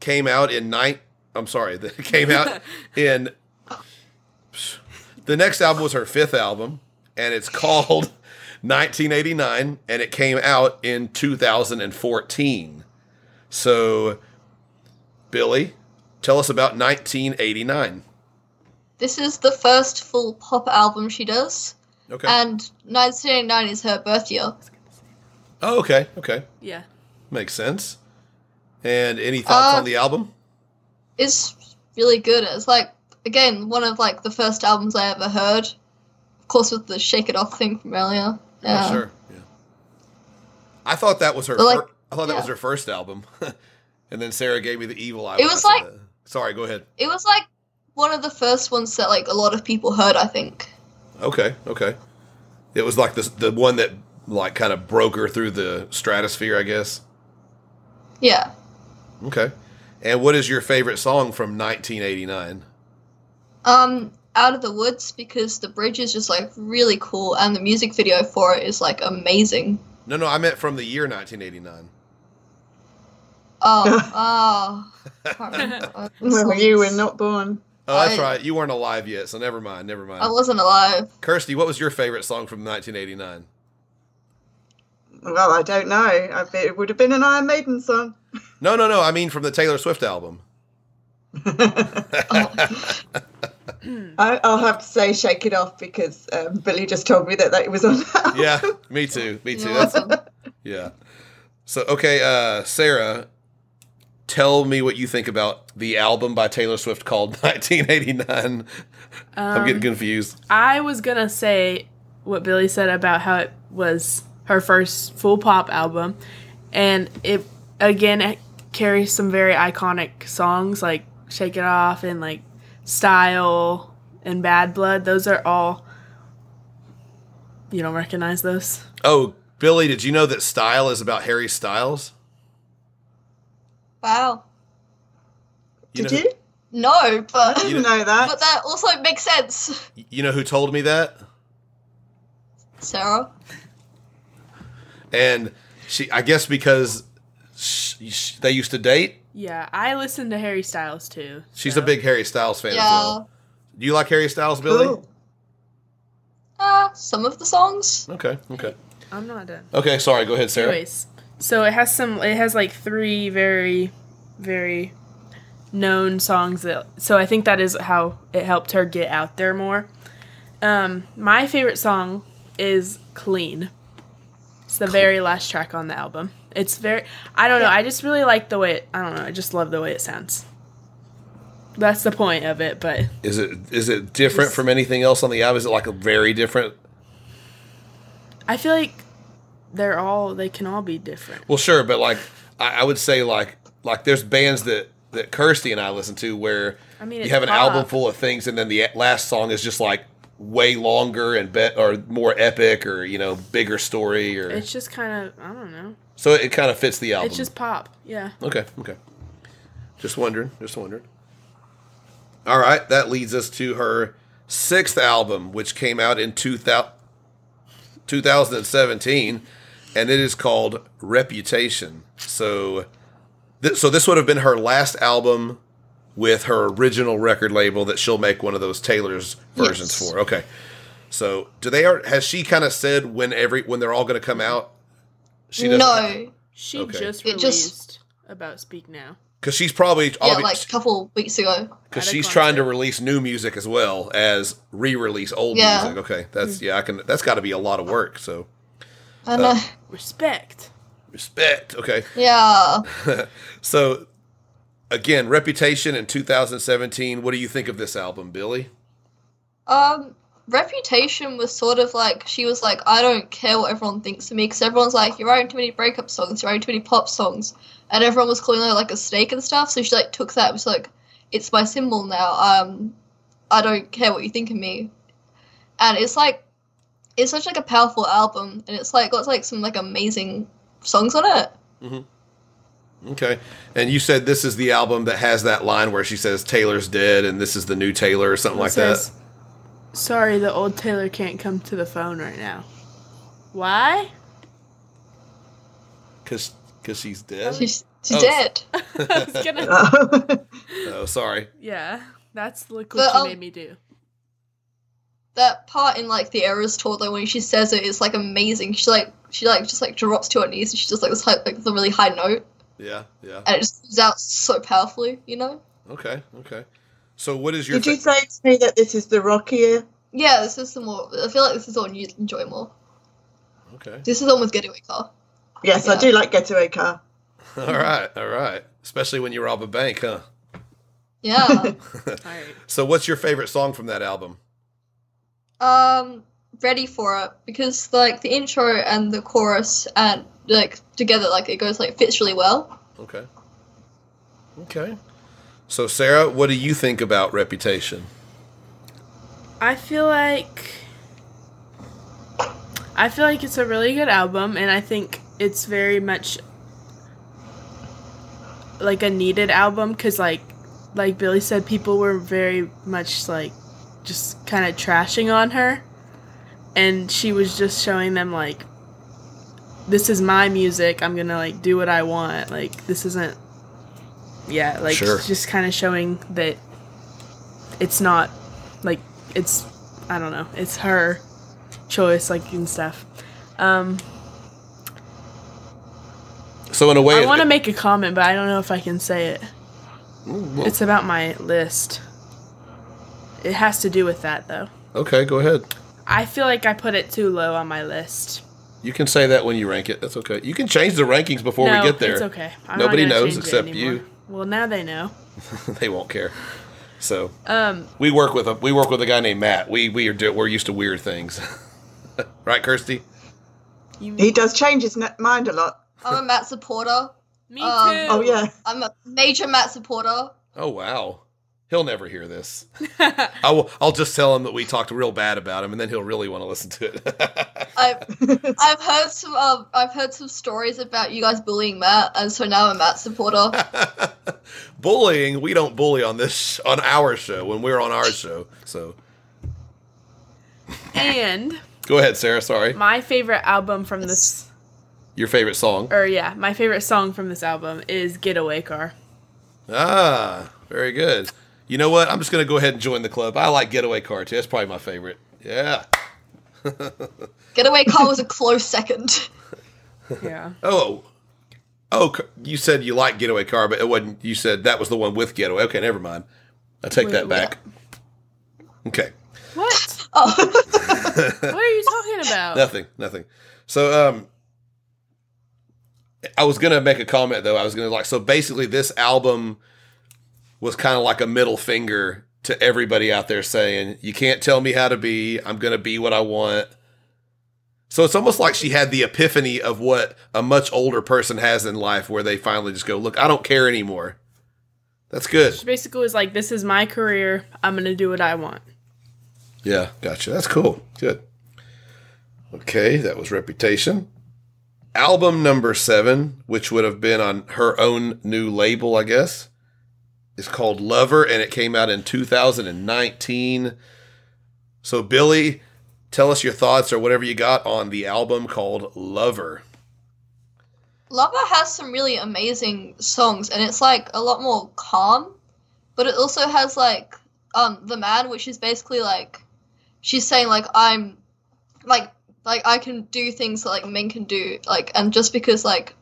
Speaker 1: came out in night. I'm sorry, that came out in. The next album was her fifth album, and it's called 1989, and it came out in 2014. So, Billy, tell us about 1989.
Speaker 2: this is the first full pop album she does,
Speaker 1: Okay.
Speaker 2: and 1989 is her birth year.
Speaker 1: oh, okay. Okay.
Speaker 4: yeah.
Speaker 1: Makes sense. And any thoughts
Speaker 2: Uh,
Speaker 1: on the album?
Speaker 2: It's really good. It's like again one of like the first albums I ever heard. Of course, with the "Shake It Off" thing from earlier.
Speaker 1: Yeah,
Speaker 2: Yeah.
Speaker 1: Oh, sure. Yeah. I thought that was her.
Speaker 2: But, like,
Speaker 1: fir- I thought that was
Speaker 2: yeah.
Speaker 1: her first album, and then Sarah gave me the evil eye.
Speaker 2: It
Speaker 1: when I
Speaker 2: was
Speaker 1: said
Speaker 2: like-
Speaker 1: that. Sorry, go ahead.
Speaker 2: It was like one of the first ones that like a lot of people heard. I think.
Speaker 1: Okay, okay. It was like the the one that like kind of broke her through the stratosphere, I guess.
Speaker 2: Yeah.
Speaker 1: Okay. And what is your favorite song from 1989?
Speaker 2: Um, Out of the Woods because the bridge is just like really cool and the music video for it is like amazing.
Speaker 1: No, no, I meant from the year 1989.
Speaker 2: Oh, oh. Can't remember. I was-
Speaker 3: Well, you were not born.
Speaker 1: Oh, that's
Speaker 2: I-
Speaker 1: right. You weren't alive yet, so never mind. Never mind.
Speaker 2: I wasn't alive.
Speaker 1: Kirsty, what was your favorite song from 1989?
Speaker 3: Well, I don't know. I bet it would have been an Iron Maiden song.
Speaker 1: No, no, no. I mean from the Taylor Swift album.
Speaker 3: I, I'll have to say Shake It Off because um, Billy just told me that, that it was on that.
Speaker 1: yeah, me too. Me too.
Speaker 2: It
Speaker 1: That's,
Speaker 2: wasn't.
Speaker 1: yeah. So, okay, uh, Sarah, tell me what you think about the album by Taylor Swift called 1989. I'm
Speaker 3: Um,
Speaker 1: getting confused.
Speaker 4: I was gonna say what Billy said about how it was her first full pop album, and it again it carries some very iconic songs like "Shake It Off" and like "Style" and "Bad Blood." Those are all you don't recognize those.
Speaker 1: Oh, Billy, did you know that Style is about Harry Styles?
Speaker 2: Wow.
Speaker 1: You
Speaker 3: Did
Speaker 1: know,
Speaker 3: you?
Speaker 2: No,
Speaker 3: I
Speaker 2: but
Speaker 1: You
Speaker 3: didn't know that.
Speaker 2: but that also makes sense,
Speaker 1: you? You know who told me that?
Speaker 2: Sarah.
Speaker 1: And she, I guess because sh sh they used to date.
Speaker 4: Yeah, I listen to Harry Styles too.
Speaker 1: She's
Speaker 4: so-
Speaker 1: a big Harry Styles fan as
Speaker 2: Yeah.
Speaker 1: well. Do you like Harry Styles, Billy?
Speaker 3: Cool.
Speaker 2: Uh, some of the songs.
Speaker 1: Okay, okay.
Speaker 4: I'm not done.
Speaker 1: Okay, sorry. Go ahead, Sarah.
Speaker 4: Anyways, so it has some. It has like three very, very known songs that. So I think that is how it helped her get out there more. Um, my favorite song is "Clean." It's the very last track on the album. It's very. I don't know. I just really like the way. It, I don't know. I just love the way it sounds. That's the point of it, but
Speaker 1: Is it is it different from anything else on the album? Is it like a very different?
Speaker 4: I feel like they're all. They can all be different.
Speaker 1: Well, sure, but like I, I would say, like like there's bands that that Kirsty and I listen to where
Speaker 4: I mean,
Speaker 1: you
Speaker 4: it's
Speaker 1: have an album
Speaker 4: pop.
Speaker 1: full of things, and then the last song is just like way longer and bet or more epic or you know bigger story or
Speaker 4: It's just kind of. I don't know.
Speaker 1: so it kind of fits the album.
Speaker 4: It's just pop. Yeah.
Speaker 1: Okay, okay. Just wondering, just wondering. All right, that leads us to her sixth album, which came out in 2000, 2017, and it is called Reputation. So, th- so this would have been her last album with her original record label that she'll make one of those Taylor's versions
Speaker 2: Yes.
Speaker 1: for. Okay. So, do they are has she kind of said when every when they're all going to come out? She doesn't-
Speaker 2: No,
Speaker 4: She
Speaker 1: Okay.
Speaker 4: just
Speaker 2: It
Speaker 4: released
Speaker 2: just-
Speaker 4: about Speak Now.
Speaker 1: because she's probably
Speaker 2: yeah,
Speaker 1: obvi-
Speaker 2: like a couple weeks ago.
Speaker 1: because
Speaker 4: at a
Speaker 1: she's
Speaker 4: concert.
Speaker 1: trying to release new music as well as re-release old
Speaker 2: Yeah.
Speaker 1: music. Okay, that's yeah, I can. That's got to be a lot of work. So Uh.
Speaker 2: I know.
Speaker 4: Respect.
Speaker 1: respect. Okay,
Speaker 2: yeah.
Speaker 1: so again, Reputation in 2017. What do you think of this album, Billy?
Speaker 2: Um, Reputation was sort of like she was like, I don't care what everyone thinks of me because everyone's like, you're writing too many breakup songs, you're writing too many pop songs, and everyone was calling her like a snake and stuff. So she like took that and was like, it's my symbol now. Um, I don't care what you think of me, and it's like, it's such like a powerful album, and it's like got like some like amazing songs on it.
Speaker 1: Okay, and you said this is the album that has that line where she says Taylor's dead and this is the new Taylor or something
Speaker 4: It
Speaker 1: like
Speaker 4: says, Sorry, the old Taylor can't come to the phone right now. Why?
Speaker 1: that. Because because she's dead.
Speaker 2: She's she's
Speaker 1: Oh,
Speaker 2: dead.
Speaker 4: I was gonna-
Speaker 1: oh, sorry.
Speaker 4: yeah, that's look
Speaker 2: But,
Speaker 4: what you
Speaker 2: um,
Speaker 4: made me do.
Speaker 2: that part in like the Eras tour though when she says it is like amazing. She like she like just like drops to her knees and she does like this high, like the really high note
Speaker 1: Yeah, yeah.
Speaker 2: and it just comes out so powerfully, you know?
Speaker 1: Okay, okay. So what is your?
Speaker 3: Did you
Speaker 1: fa-
Speaker 3: say to me that this is the rockier?
Speaker 2: Yeah, this is the more I feel like this is the one you enjoy more.
Speaker 1: okay.
Speaker 2: This is the one with Getaway Car.
Speaker 3: Yes, I
Speaker 2: Yeah.
Speaker 3: do like Getaway Car.
Speaker 1: All right, all right. Especially when you rob a bank, huh?
Speaker 2: Yeah.
Speaker 4: All right.
Speaker 1: So, what's your favorite song from that album?
Speaker 2: um ready for it because like the intro and the chorus and like together like it goes like fits really well.
Speaker 1: Okay. Okay. So, Sarah, what do you think about Reputation?
Speaker 4: I feel like I feel like it's a really good album and I think it's very much like a needed album cuz like like Billy said people were very much like just kind of trashing on her and she was just showing them like this is my music. I'm gonna like do what I want. Like this isn't. Yeah, like
Speaker 1: Sure.
Speaker 4: just kind of showing that it's not like it's I don't know. It's her choice, like and stuff. Um,
Speaker 1: So in a way,
Speaker 4: I want to make a comment, but I don't know if I can say it.
Speaker 1: Ooh,
Speaker 4: It's about my list. It has to do with that though.
Speaker 1: okay, go ahead.
Speaker 4: I feel like I put it too low on my list.
Speaker 1: You can say that when you rank it. That's okay. You can change the rankings before
Speaker 4: no,
Speaker 1: we get there.
Speaker 4: It's okay. I'm not
Speaker 1: Nobody
Speaker 4: gonna
Speaker 1: knows
Speaker 4: change it
Speaker 1: except
Speaker 4: anymore.
Speaker 1: you.
Speaker 4: Well, now they know.
Speaker 1: they won't care. So
Speaker 4: Um,
Speaker 1: we work with a we work with a guy named Matt. We we are do, we're used to weird things, right, Kirsty?
Speaker 4: you,
Speaker 3: He does change his ne- mind a lot.
Speaker 2: I'm a Matt supporter.
Speaker 4: me too.
Speaker 2: um,
Speaker 3: Oh yeah.
Speaker 2: I'm a major Matt supporter.
Speaker 1: Oh wow, he'll never hear this. I will. I'll just tell him that we talked real bad about him, and then he'll really want to listen to it.
Speaker 2: I've I've heard some um, I've heard some stories about you guys bullying Matt, and so now I'm a Matt supporter.
Speaker 1: Bullying, we don't bully on this on our show when we're on our show. So
Speaker 4: and
Speaker 1: go ahead, Sarah. Sorry,
Speaker 4: my favorite album from this,
Speaker 1: your favorite song.
Speaker 4: or yeah, my favorite song from this album is "Getaway Car."
Speaker 1: Ah, very good. You know what? I'm just going to go ahead and join the club. I like Getaway Car too. That's probably my favorite. Yeah.
Speaker 2: Getaway Car was a close second.
Speaker 4: Yeah.
Speaker 1: Oh. Oh, K- you said you like Getaway Car, but it wasn't. You said that was the one with Getaway. Okay, never mind. I take that
Speaker 4: Wait,
Speaker 1: back. Okay,
Speaker 4: What?
Speaker 2: Oh,
Speaker 4: What are you talking about?
Speaker 1: nothing, nothing. So, um, I was gonna make a comment though. I was gonna like so basically this album was kind of like a middle finger to everybody out there saying you can't tell me how to be. I'm gonna be what I want. So it's almost like she had the epiphany of what a much older person has in life, where they finally just go, "Look, I don't care anymore." That's good.
Speaker 4: She basically was like, "This is my career. I'm gonna do what I want."
Speaker 1: Yeah, gotcha. That's cool. Good. Okay, that was Reputation. Album number seven, which would have been on her own new label, I guess, is called Lover, and it came out in 2019. So, Billy, tell us your thoughts or whatever you got on the album called Lover.
Speaker 2: Lover has some really amazing songs, and it's like a lot more calm, but it also has like um the man, which is basically like she's saying like I'm like like I can do things that like men can do, like and just because like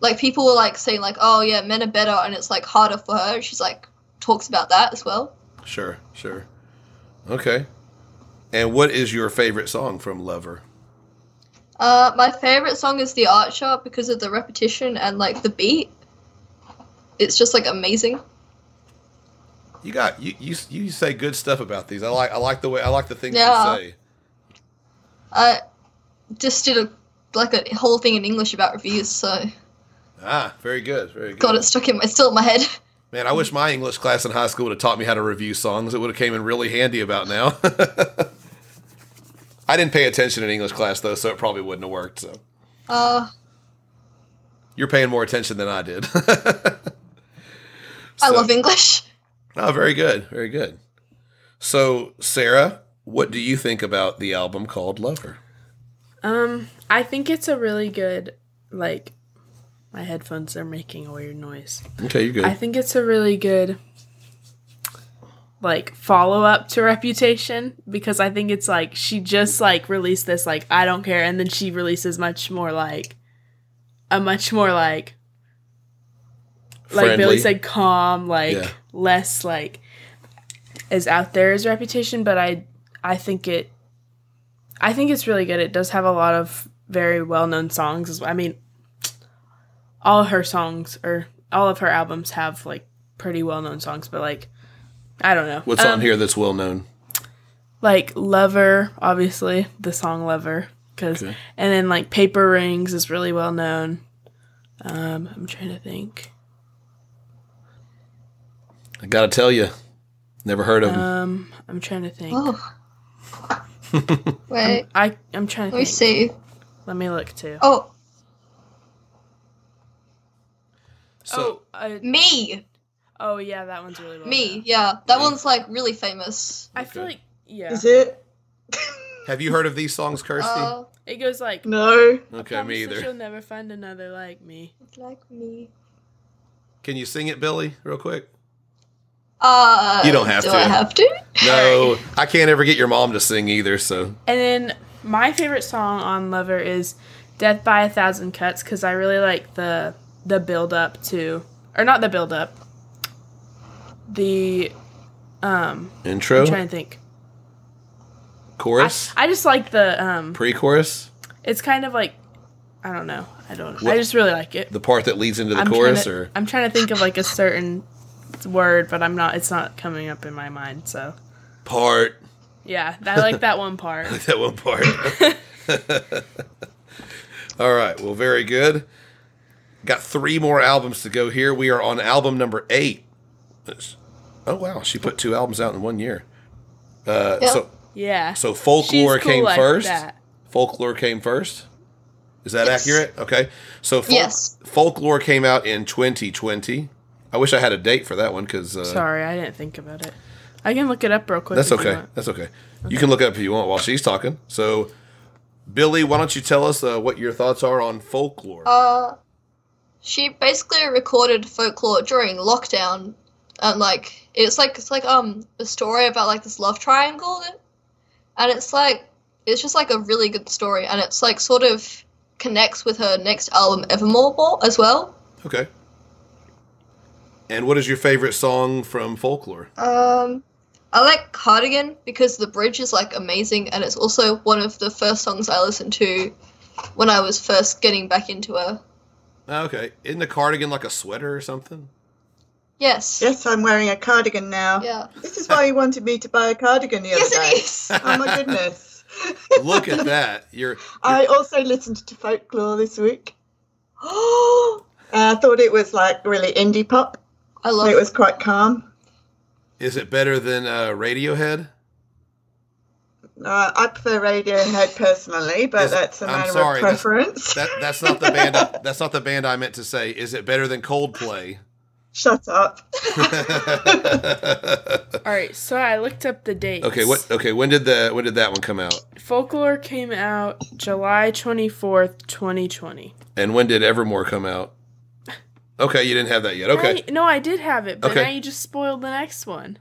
Speaker 2: like people were like saying like oh yeah men are better and it's like harder for her. She's like talks about that as well.
Speaker 1: Sure, sure. Okay. And what is your favorite song from Lover?
Speaker 2: Uh, my favorite song is The Archer because of the repetition and like the beat. It's just like amazing.
Speaker 1: You got you you, you say good stuff about these. I like I like the way I like the things
Speaker 2: Yeah.
Speaker 1: you say.
Speaker 2: I just did a like a whole thing in English about reviews, so
Speaker 1: Ah, very good, very good.
Speaker 2: got it stuck in my still in my head.
Speaker 1: Man, I wish my English class in high school would have taught me how to review songs. It would have came in really handy about now. I didn't pay attention in English class though, so it probably wouldn't have worked. So
Speaker 2: Uh,
Speaker 1: you're paying more attention than I did.
Speaker 2: I
Speaker 1: So-
Speaker 2: love English.
Speaker 1: Oh, very good, very good. So, Sarah, what do you think about the album called Lover?
Speaker 4: Um, I think it's a really good like. My headphones are making a weird noise.
Speaker 1: Okay, you're good.
Speaker 4: I think it's a really good like follow up to Reputation because I think it's like she just like released this like I don't care and then she releases much more like a much more like like Billy
Speaker 1: Friendly.
Speaker 4: said calm like
Speaker 1: Yeah.
Speaker 4: less like as out there as Reputation but I I think it I think it's really good. It does have a lot of very well known songs. as- I mean, all her songs or all of her albums have like pretty well known songs, but like I don't know.
Speaker 1: What's on
Speaker 4: Um,
Speaker 1: here that's well known?
Speaker 4: Like Lover, obviously the song Lover, because
Speaker 1: Okay.
Speaker 4: and then like Paper Rings is really well known. Um, I'm trying to think.
Speaker 1: I gotta tell you, never heard of them.
Speaker 4: Um, I'm trying to think.
Speaker 2: Oh. Wait,
Speaker 4: I I'm trying to
Speaker 2: let me
Speaker 4: think.
Speaker 2: see.
Speaker 4: Let me look too.
Speaker 2: Oh,
Speaker 1: so,
Speaker 4: oh, uh,
Speaker 2: me,
Speaker 4: oh yeah, that one's really well.
Speaker 2: me,
Speaker 4: known.
Speaker 2: yeah, that
Speaker 1: Me.
Speaker 2: one's like really famous.
Speaker 4: I feel
Speaker 1: Okay.
Speaker 4: like yeah.
Speaker 3: Is it?
Speaker 1: Have you heard of these songs, Kirsty?
Speaker 2: Uh,
Speaker 4: It goes like,
Speaker 3: No.
Speaker 4: "I
Speaker 1: okay,
Speaker 4: promise
Speaker 1: me
Speaker 4: that
Speaker 1: either.
Speaker 4: You'll never find another like me.
Speaker 2: like me.
Speaker 1: Can you sing it, Billy, real quick?
Speaker 2: Uh,
Speaker 1: You don't have
Speaker 2: do
Speaker 1: to.
Speaker 2: I have to?
Speaker 1: No, I can't ever get your mom to sing either. So
Speaker 4: And then my favorite song on Lover is "Death by a Thousand Cuts" because I really like the the build up to, or not the build up, the um.
Speaker 1: intro,
Speaker 4: I'm trying to think. I,
Speaker 1: chorus,
Speaker 4: I just like the um.
Speaker 1: pre-chorus,
Speaker 4: It's kind of like, I don't know. I don't.
Speaker 1: What-
Speaker 4: I just really like it.
Speaker 1: the part that leads into the
Speaker 4: I'm
Speaker 1: chorus,
Speaker 4: trying to,
Speaker 1: or
Speaker 4: I'm trying to think of like a certain word, but I'm not. It's not coming up in my mind. So
Speaker 1: part.
Speaker 4: yeah, I like that one part.
Speaker 1: That one part. All right. Well, very good. Got three more albums to go here. We are on album number eight. That's- Oh wow, she put two albums out in one year. Uh,
Speaker 2: Yeah.
Speaker 1: So
Speaker 4: Yeah.
Speaker 1: so folklore
Speaker 4: She's cool
Speaker 1: came
Speaker 4: like
Speaker 1: first.
Speaker 4: that.
Speaker 1: Folklore came first. Is that
Speaker 2: Yes.
Speaker 1: accurate? Okay. So folk-
Speaker 2: Yes.
Speaker 1: folklore came out in 2020. I wish I had a date for that one because uh,
Speaker 4: Sorry, I didn't think about it. I can look it up real quick.
Speaker 1: that's
Speaker 4: if you
Speaker 1: okay.
Speaker 4: want.
Speaker 1: That's okay. You can look it up if you want while she's talking. So, Billy, why don't you tell us uh, what your thoughts are on folklore?
Speaker 2: Uh, she basically recorded folklore during lockdown, and like it's like it's like um a story about like this love triangle, and it's like it's just like a really good story, and it's like sort of connects with her next album Evermore more- as well.
Speaker 1: okay. And what is your favorite song from folklore?
Speaker 2: Um, I like Cardigan because the bridge is like amazing, and it's also one of the first songs I listened to when I was first getting back into her.
Speaker 1: Oh, okay. Isn't the cardigan like a sweater or something?
Speaker 2: Yes.
Speaker 3: Yes, I'm wearing a cardigan now.
Speaker 2: Yeah.
Speaker 3: This is why you wanted me to buy a cardigan the other
Speaker 2: Yes,
Speaker 3: day.
Speaker 2: it is.
Speaker 3: Oh my goodness.
Speaker 1: Look at that. You're
Speaker 3: I also listened to folklore this week. Oh, I thought it was like really indie pop.
Speaker 2: I love
Speaker 3: It was quite calm.
Speaker 1: is it better than uh, Radiohead?
Speaker 3: Uh, I prefer Radiohead personally, but
Speaker 1: Is-
Speaker 3: that's a
Speaker 1: I'm
Speaker 3: matter
Speaker 1: sorry,
Speaker 3: of
Speaker 1: that's-
Speaker 3: preference.
Speaker 1: That that's not the band. I, that's not the band I meant to say. Is it better than Coldplay?
Speaker 3: Shut up.
Speaker 1: okay,
Speaker 4: All right, so I looked up the dates.
Speaker 1: what? Okay, when did the when did that one come out?
Speaker 4: Folklore came out July 24th, 2020.
Speaker 1: And when did Evermore come out? Okay, you didn't have that yet. Okay,
Speaker 4: I- no, I did have it, but
Speaker 1: Okay.
Speaker 4: now you just spoiled the next one.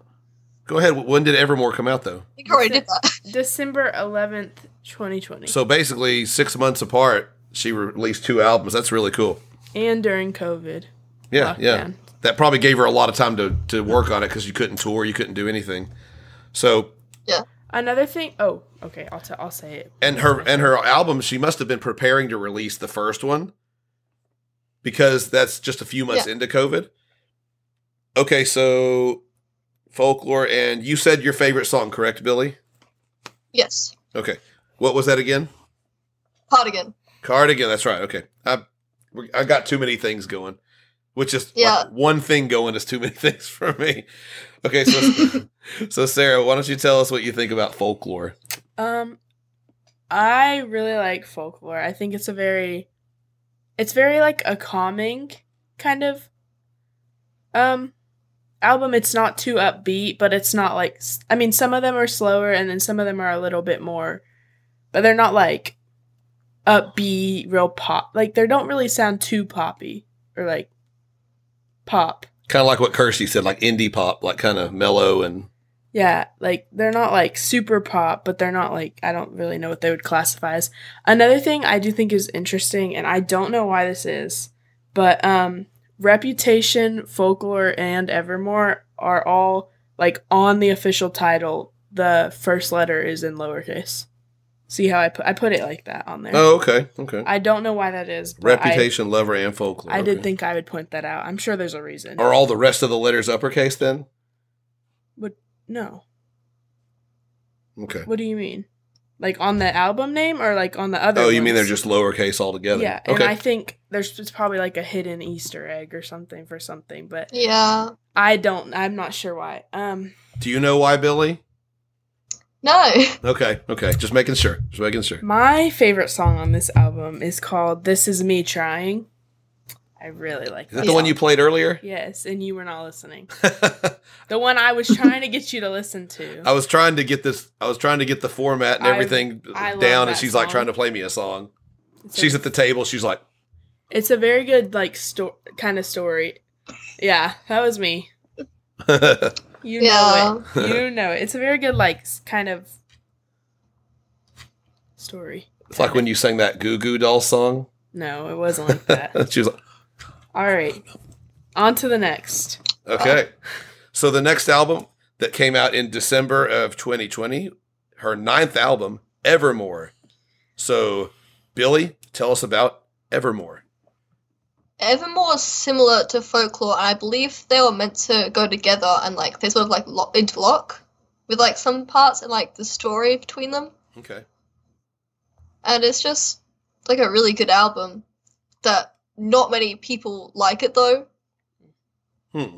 Speaker 1: go ahead. When did Evermore come out though?
Speaker 2: I think I already did that.
Speaker 4: December 11th, 2020.
Speaker 1: So basically, six months apart, she released two albums. That's really cool.
Speaker 4: and during COVID.
Speaker 1: Yeah, yeah.
Speaker 4: Lockdown.
Speaker 1: That probably gave her a lot of time to to work on it because you couldn't tour, you couldn't do anything. So
Speaker 4: Another thing. Oh, okay. I'll, t- I'll say it.
Speaker 1: and her and her album she must have been preparing to release the first one because that's just a few months into covid okay so folklore and you said your favorite song correct billy
Speaker 2: Yes.
Speaker 1: okay what was that again
Speaker 2: Cardigan.
Speaker 1: cardigan that's right okay i we- i got too many things going which is like,
Speaker 2: Yeah.
Speaker 1: one thing going is too many things for me okay so so sarah why don't you tell us what you think about folklore
Speaker 4: Um, I really like folklore. I think it's a very, it's very like a calming kind of, um, album. It's not too upbeat, but it's not like s- I mean, some of them are slower, and then some of them are a little bit more, but they're not like upbeat, real pop. Like they don't really sound too poppy or like pop.
Speaker 1: kind of like what kirsty said like indie pop like kind of mellow and
Speaker 4: Yeah, like they're not like super pop, but they're not like I don't really know what they would classify as. Another thing I do think is interesting, and I don't know why this is, but um Reputation, Folklore, and Evermore are all like on the official title, the first letter is in lowercase. See how I put I put it like that on there.
Speaker 1: Oh, okay, okay.
Speaker 4: I don't know why that is, but I-
Speaker 1: Reputation, lover, and folklore.
Speaker 4: I, did
Speaker 1: okay.
Speaker 4: think I would point that out. I'm sure there's a reason.
Speaker 1: Are all the rest of the letters uppercase then?
Speaker 4: no.
Speaker 1: Okay.
Speaker 4: What do you mean? Like on the album name or like on the other
Speaker 1: Oh, you mean
Speaker 4: ones?
Speaker 1: they're just lowercase altogether?
Speaker 4: Yeah, and
Speaker 1: Okay.
Speaker 4: I think there's just probably like a hidden Easter egg or something for something, but
Speaker 2: Yeah.
Speaker 4: I don't. I'm not sure why. Um,
Speaker 1: Do you know why, Billy?
Speaker 2: No.
Speaker 1: Okay. Okay. Just making sure. Just making sure.
Speaker 4: my favorite song on this album is called "This Is Me Trying." I really like
Speaker 1: Is that the one you played earlier?
Speaker 4: Yes, and you were not listening. The one I was trying to get you to listen to.
Speaker 1: I was trying to get this. I was trying to get the format and
Speaker 4: I-
Speaker 1: everything
Speaker 4: I love
Speaker 1: down, and
Speaker 4: that
Speaker 1: she's like
Speaker 4: song.
Speaker 1: trying to play me a song.
Speaker 4: It's a-
Speaker 1: She's at the table. She's like,
Speaker 4: It's a very good like sto- kind of story. Yeah, that was me. You know it. You know it. It's a very good like s- kind of story.
Speaker 1: it's like when you sang that Goo Goo Doll song.
Speaker 4: No, it wasn't like that.
Speaker 1: she was like,
Speaker 4: All right. On to the next.
Speaker 1: okay. Uh, So the next album that came out in December of 2020, her ninth album, Evermore. So, Billy, tell us about Evermore.
Speaker 2: Evermore is similar to folklore, and I believe they were meant to go together and like they sort of like lo- interlock with like some parts and like the story between them.
Speaker 1: Okay.
Speaker 2: And it's just like a really good album that not many people like it though.
Speaker 1: Hmm.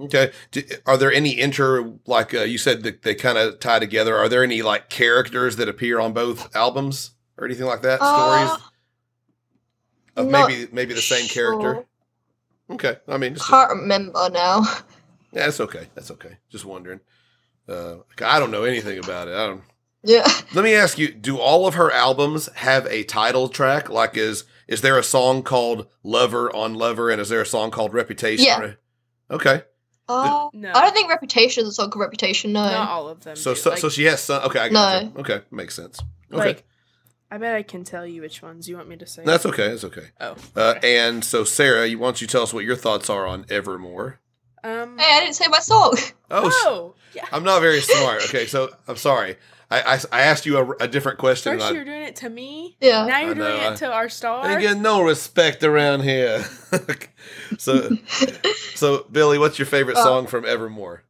Speaker 1: Okay. Do, are there any inter like uh, you said that they kind of tie together? Are there any like characters that appear on both albums or anything like that?
Speaker 2: Uh,
Speaker 1: Stories of
Speaker 2: not
Speaker 1: maybe maybe the same character.
Speaker 2: sure.
Speaker 1: Okay. I mean, it's-
Speaker 2: Can't remember now.
Speaker 1: yeah, that's okay. That's okay. Just wondering. Uh, I don't know anything about it. I don't.
Speaker 2: yeah.
Speaker 1: Let me ask you: Do all of her albums have a title track? Like, is is there a song called "Lover on Lover" and is there a song called "Reputation"?
Speaker 2: Yeah.
Speaker 1: Okay.
Speaker 2: Uh,
Speaker 4: No.
Speaker 2: I don't think Reputation is a song called Reputation. No.
Speaker 4: Not all of them.
Speaker 1: So,
Speaker 4: do.
Speaker 1: so,
Speaker 4: Like-
Speaker 1: so she has some. Okay, I got you. Okay, makes sense. Okay,
Speaker 4: Like, I bet I can tell you which ones you want me to say.
Speaker 1: that's okay. That's okay.
Speaker 4: Oh.
Speaker 1: Uh,
Speaker 4: okay.
Speaker 1: and so, Sarah, you, why don't you tell us what your thoughts are on Evermore?
Speaker 4: um.
Speaker 2: Hey, I didn't say my song.
Speaker 1: Oh, s-
Speaker 4: oh, yeah.
Speaker 1: I'm not very smart. Okay, so I'm sorry. I, I, I asked you a, a different question.
Speaker 4: First
Speaker 1: and
Speaker 4: you were doing it to me.
Speaker 2: yeah.
Speaker 4: Now you're
Speaker 1: I
Speaker 4: doing
Speaker 1: know, I-
Speaker 4: it to our star.
Speaker 1: I, I get no respect around here. so, so Billy, what's your favorite
Speaker 4: Uh,
Speaker 2: Well-
Speaker 1: song from Evermore?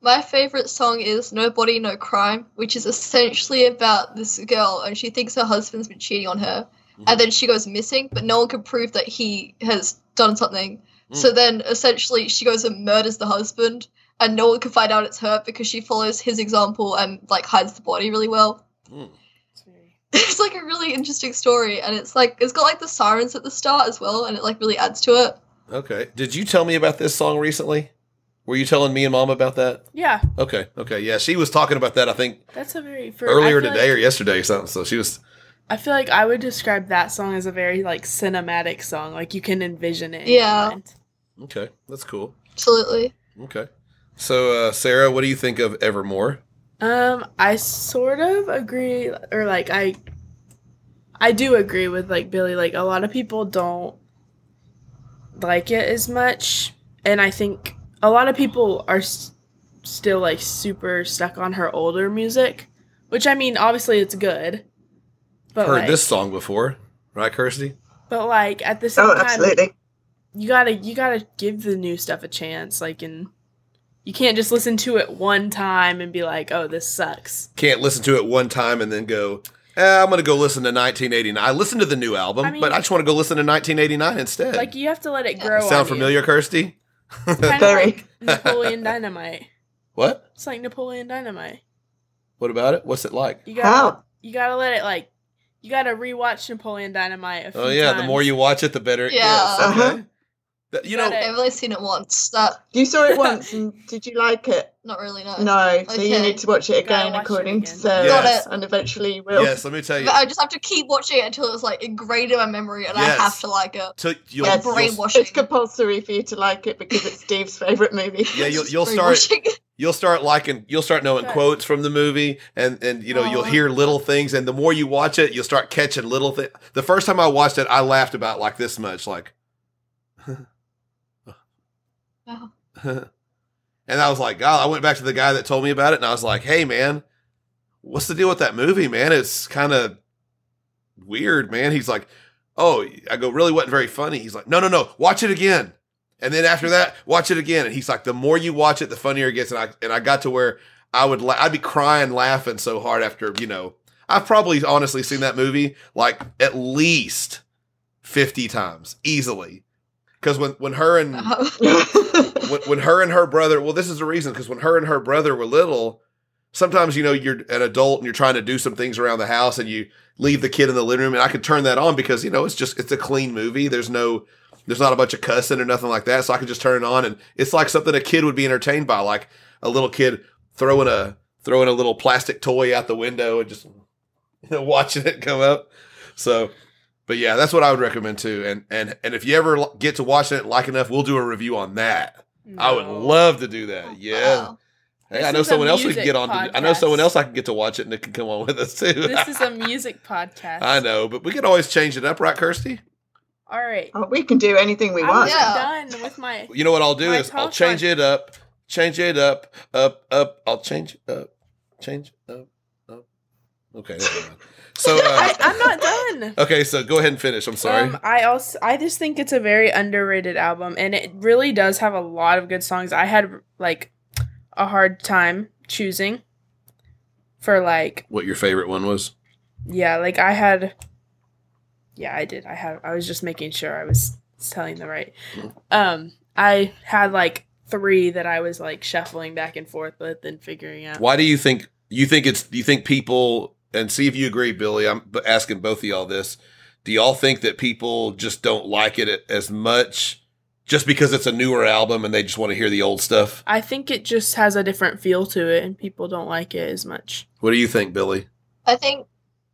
Speaker 2: My favorite song is No Body, No Crime, which is essentially about this girl and she thinks her husband's been cheating on her.
Speaker 1: Mhm.
Speaker 2: And then she goes missing, but no one can prove that he has done something. So
Speaker 1: Mm.
Speaker 2: then essentially she goes and murders the husband and no one can find out it's her because she follows his example and like hides the body really well.
Speaker 1: Hmm.
Speaker 4: It's very-
Speaker 2: It's like a really interesting story and it's like it's got like the sirens at the start as well and it like really adds to it.
Speaker 1: Okay. Did you tell me about this song recently? Were you telling me and Mom about that?
Speaker 4: Yeah,
Speaker 1: Okay. Okay. Yeah, she was talking about that. I think
Speaker 4: that's a very for,
Speaker 1: earlier
Speaker 4: I feel
Speaker 1: today
Speaker 4: Like,
Speaker 1: or yesterday or something. So she was
Speaker 4: I feel like I would describe that song as a very like cinematic song. Like you can envision it. in
Speaker 2: Yeah.
Speaker 4: your mind.
Speaker 1: okay. That's cool.
Speaker 2: Absolutely.
Speaker 1: Okay. So uh, Sarah, what do you think of Evermore?
Speaker 4: Um, I sort of agree, or like I, I do agree with like Billy. Like a lot of people don't like it as much, and I think a lot of people are s- still like super stuck on her older music, which I mean, obviously it's good, but
Speaker 1: Heard
Speaker 4: like,
Speaker 1: this song before, right, Kirsty?
Speaker 4: but like at the same
Speaker 3: Oh,
Speaker 4: time,
Speaker 3: absolutely.
Speaker 4: you gotta you gotta give the new stuff a chance. Like, and you can't just listen to it one time and be like, oh, this sucks.
Speaker 1: Can't listen to it one time and then go. Eh, I'm gonna go listen to 1989. I listened to the new album,
Speaker 4: I mean-
Speaker 1: but I just want to go listen to 1989 instead.
Speaker 4: Like you have to let it grow. on
Speaker 1: Sound
Speaker 4: you.
Speaker 1: familiar, Kirsty?
Speaker 4: kind of
Speaker 3: Very.
Speaker 4: like Napoleon Dynamite.
Speaker 1: What?
Speaker 4: It's like Napoleon Dynamite.
Speaker 1: What about it? What's it like?
Speaker 4: You gotta
Speaker 3: Wow.
Speaker 4: you gotta let it like you gotta rewatch Napoleon Dynamite. A few
Speaker 1: Oh yeah, the
Speaker 4: times.
Speaker 1: more you watch it, the better it
Speaker 2: Yeah.
Speaker 1: gets. Okay.
Speaker 3: Uh-huh.
Speaker 1: Th- you
Speaker 4: Got
Speaker 1: know,
Speaker 4: it.
Speaker 2: I've only seen it once. That
Speaker 3: You saw it once and did you like it?
Speaker 2: not really no.
Speaker 3: No. So you
Speaker 2: Okay.
Speaker 3: need to watch it
Speaker 4: You gotta
Speaker 3: again
Speaker 4: watch it
Speaker 3: according to
Speaker 4: again.
Speaker 3: Sarah.
Speaker 1: Yes.
Speaker 3: And eventually you will.
Speaker 1: yes. Let me tell you,
Speaker 2: But I just have to keep watching it until it's like ingrained in my memory and
Speaker 1: Yes.
Speaker 2: I have to like it.
Speaker 1: till you'll,
Speaker 3: Yes.
Speaker 1: you'll-
Speaker 2: brainwashing.
Speaker 3: It's compulsory for you to like it because it's Steve's favourite movie.
Speaker 1: yeah, you'll, you'll start
Speaker 2: Brainwashing.
Speaker 1: you'll start liking you'll start knowing
Speaker 4: Right.
Speaker 1: quotes from the movie and and you know you'll
Speaker 4: Aw.
Speaker 1: hear little things and the more you watch it you'll start catching little things the first time i watched it i laughed about like this much like
Speaker 2: Wow.
Speaker 1: and i was like god i went back to the guy that told me about it and i was like hey man what's the deal with that movie man it's kind of weird man he's like oh i go really wasn't very funny he's like no no no watch it again and then after that watch it again and he's like the more you watch it the funnier it gets and i and i got to where i would la- i'd be crying laughing so hard after you know i've probably honestly seen that movie like at least 50 times easily because when when her and
Speaker 2: Wow.
Speaker 1: when, when her and her brother well this is the reason because when her and her brother were little sometimes you know you're an adult and you're trying to do some things around the house and you leave the kid in the living room, and I could turn that on because you know it's just it's a clean movie. There's no there's not a bunch of cussing or nothing like that, so I could just turn it on, and it's like something a kid would be entertained by, like a little kid throwing a throwing a little plastic toy out the window and just you know, watching it come up. So, but yeah, that's what I would recommend too. And and and if you ever l- get to watching it like enough, we'll do a review on that. I would
Speaker 4: No. Oh,
Speaker 1: love to do that. Yeah.
Speaker 2: Wow.
Speaker 1: Hey,
Speaker 4: This
Speaker 1: I know
Speaker 4: is a
Speaker 1: someone else we can
Speaker 4: music
Speaker 1: get on. To, I know
Speaker 4: podcast.
Speaker 1: someone else I can get to watch it and it can come on with us too.
Speaker 4: This is a music podcast.
Speaker 1: I know, but we could always change it up, right, Kirsty?
Speaker 4: All right.
Speaker 3: Oh, we can do anything we
Speaker 4: I'm
Speaker 3: want.
Speaker 2: Yeah.
Speaker 4: done with my.
Speaker 1: You know what I'll do
Speaker 4: My
Speaker 1: is I'll
Speaker 4: talk
Speaker 1: change
Speaker 4: on-
Speaker 1: it up, change it up, up, up. I'll change it up, change up, up. Okay. Never mind. So uh,
Speaker 4: I, I'm not done.
Speaker 1: okay, so go ahead and finish. I'm sorry.
Speaker 4: Um, I also I just think it's a very underrated album, and it really does have a lot of good songs. I had like a hard time choosing for like
Speaker 1: what your favorite one was?
Speaker 4: yeah, like I had yeah, I did. I had I was just making sure I was telling the right. Um, I had like three that I was like shuffling back and forth with and figuring out.
Speaker 1: Uh, Why do you think you think it's you think people and see if you agree, Billy? I'm b- asking both of y'all this. Do y'all think that people just don't like it as much just because it's a newer album and they just want to hear the old stuff?
Speaker 4: I think it just has a different feel to it, and people don't like it as much.
Speaker 1: What do you think, Billy?
Speaker 2: I think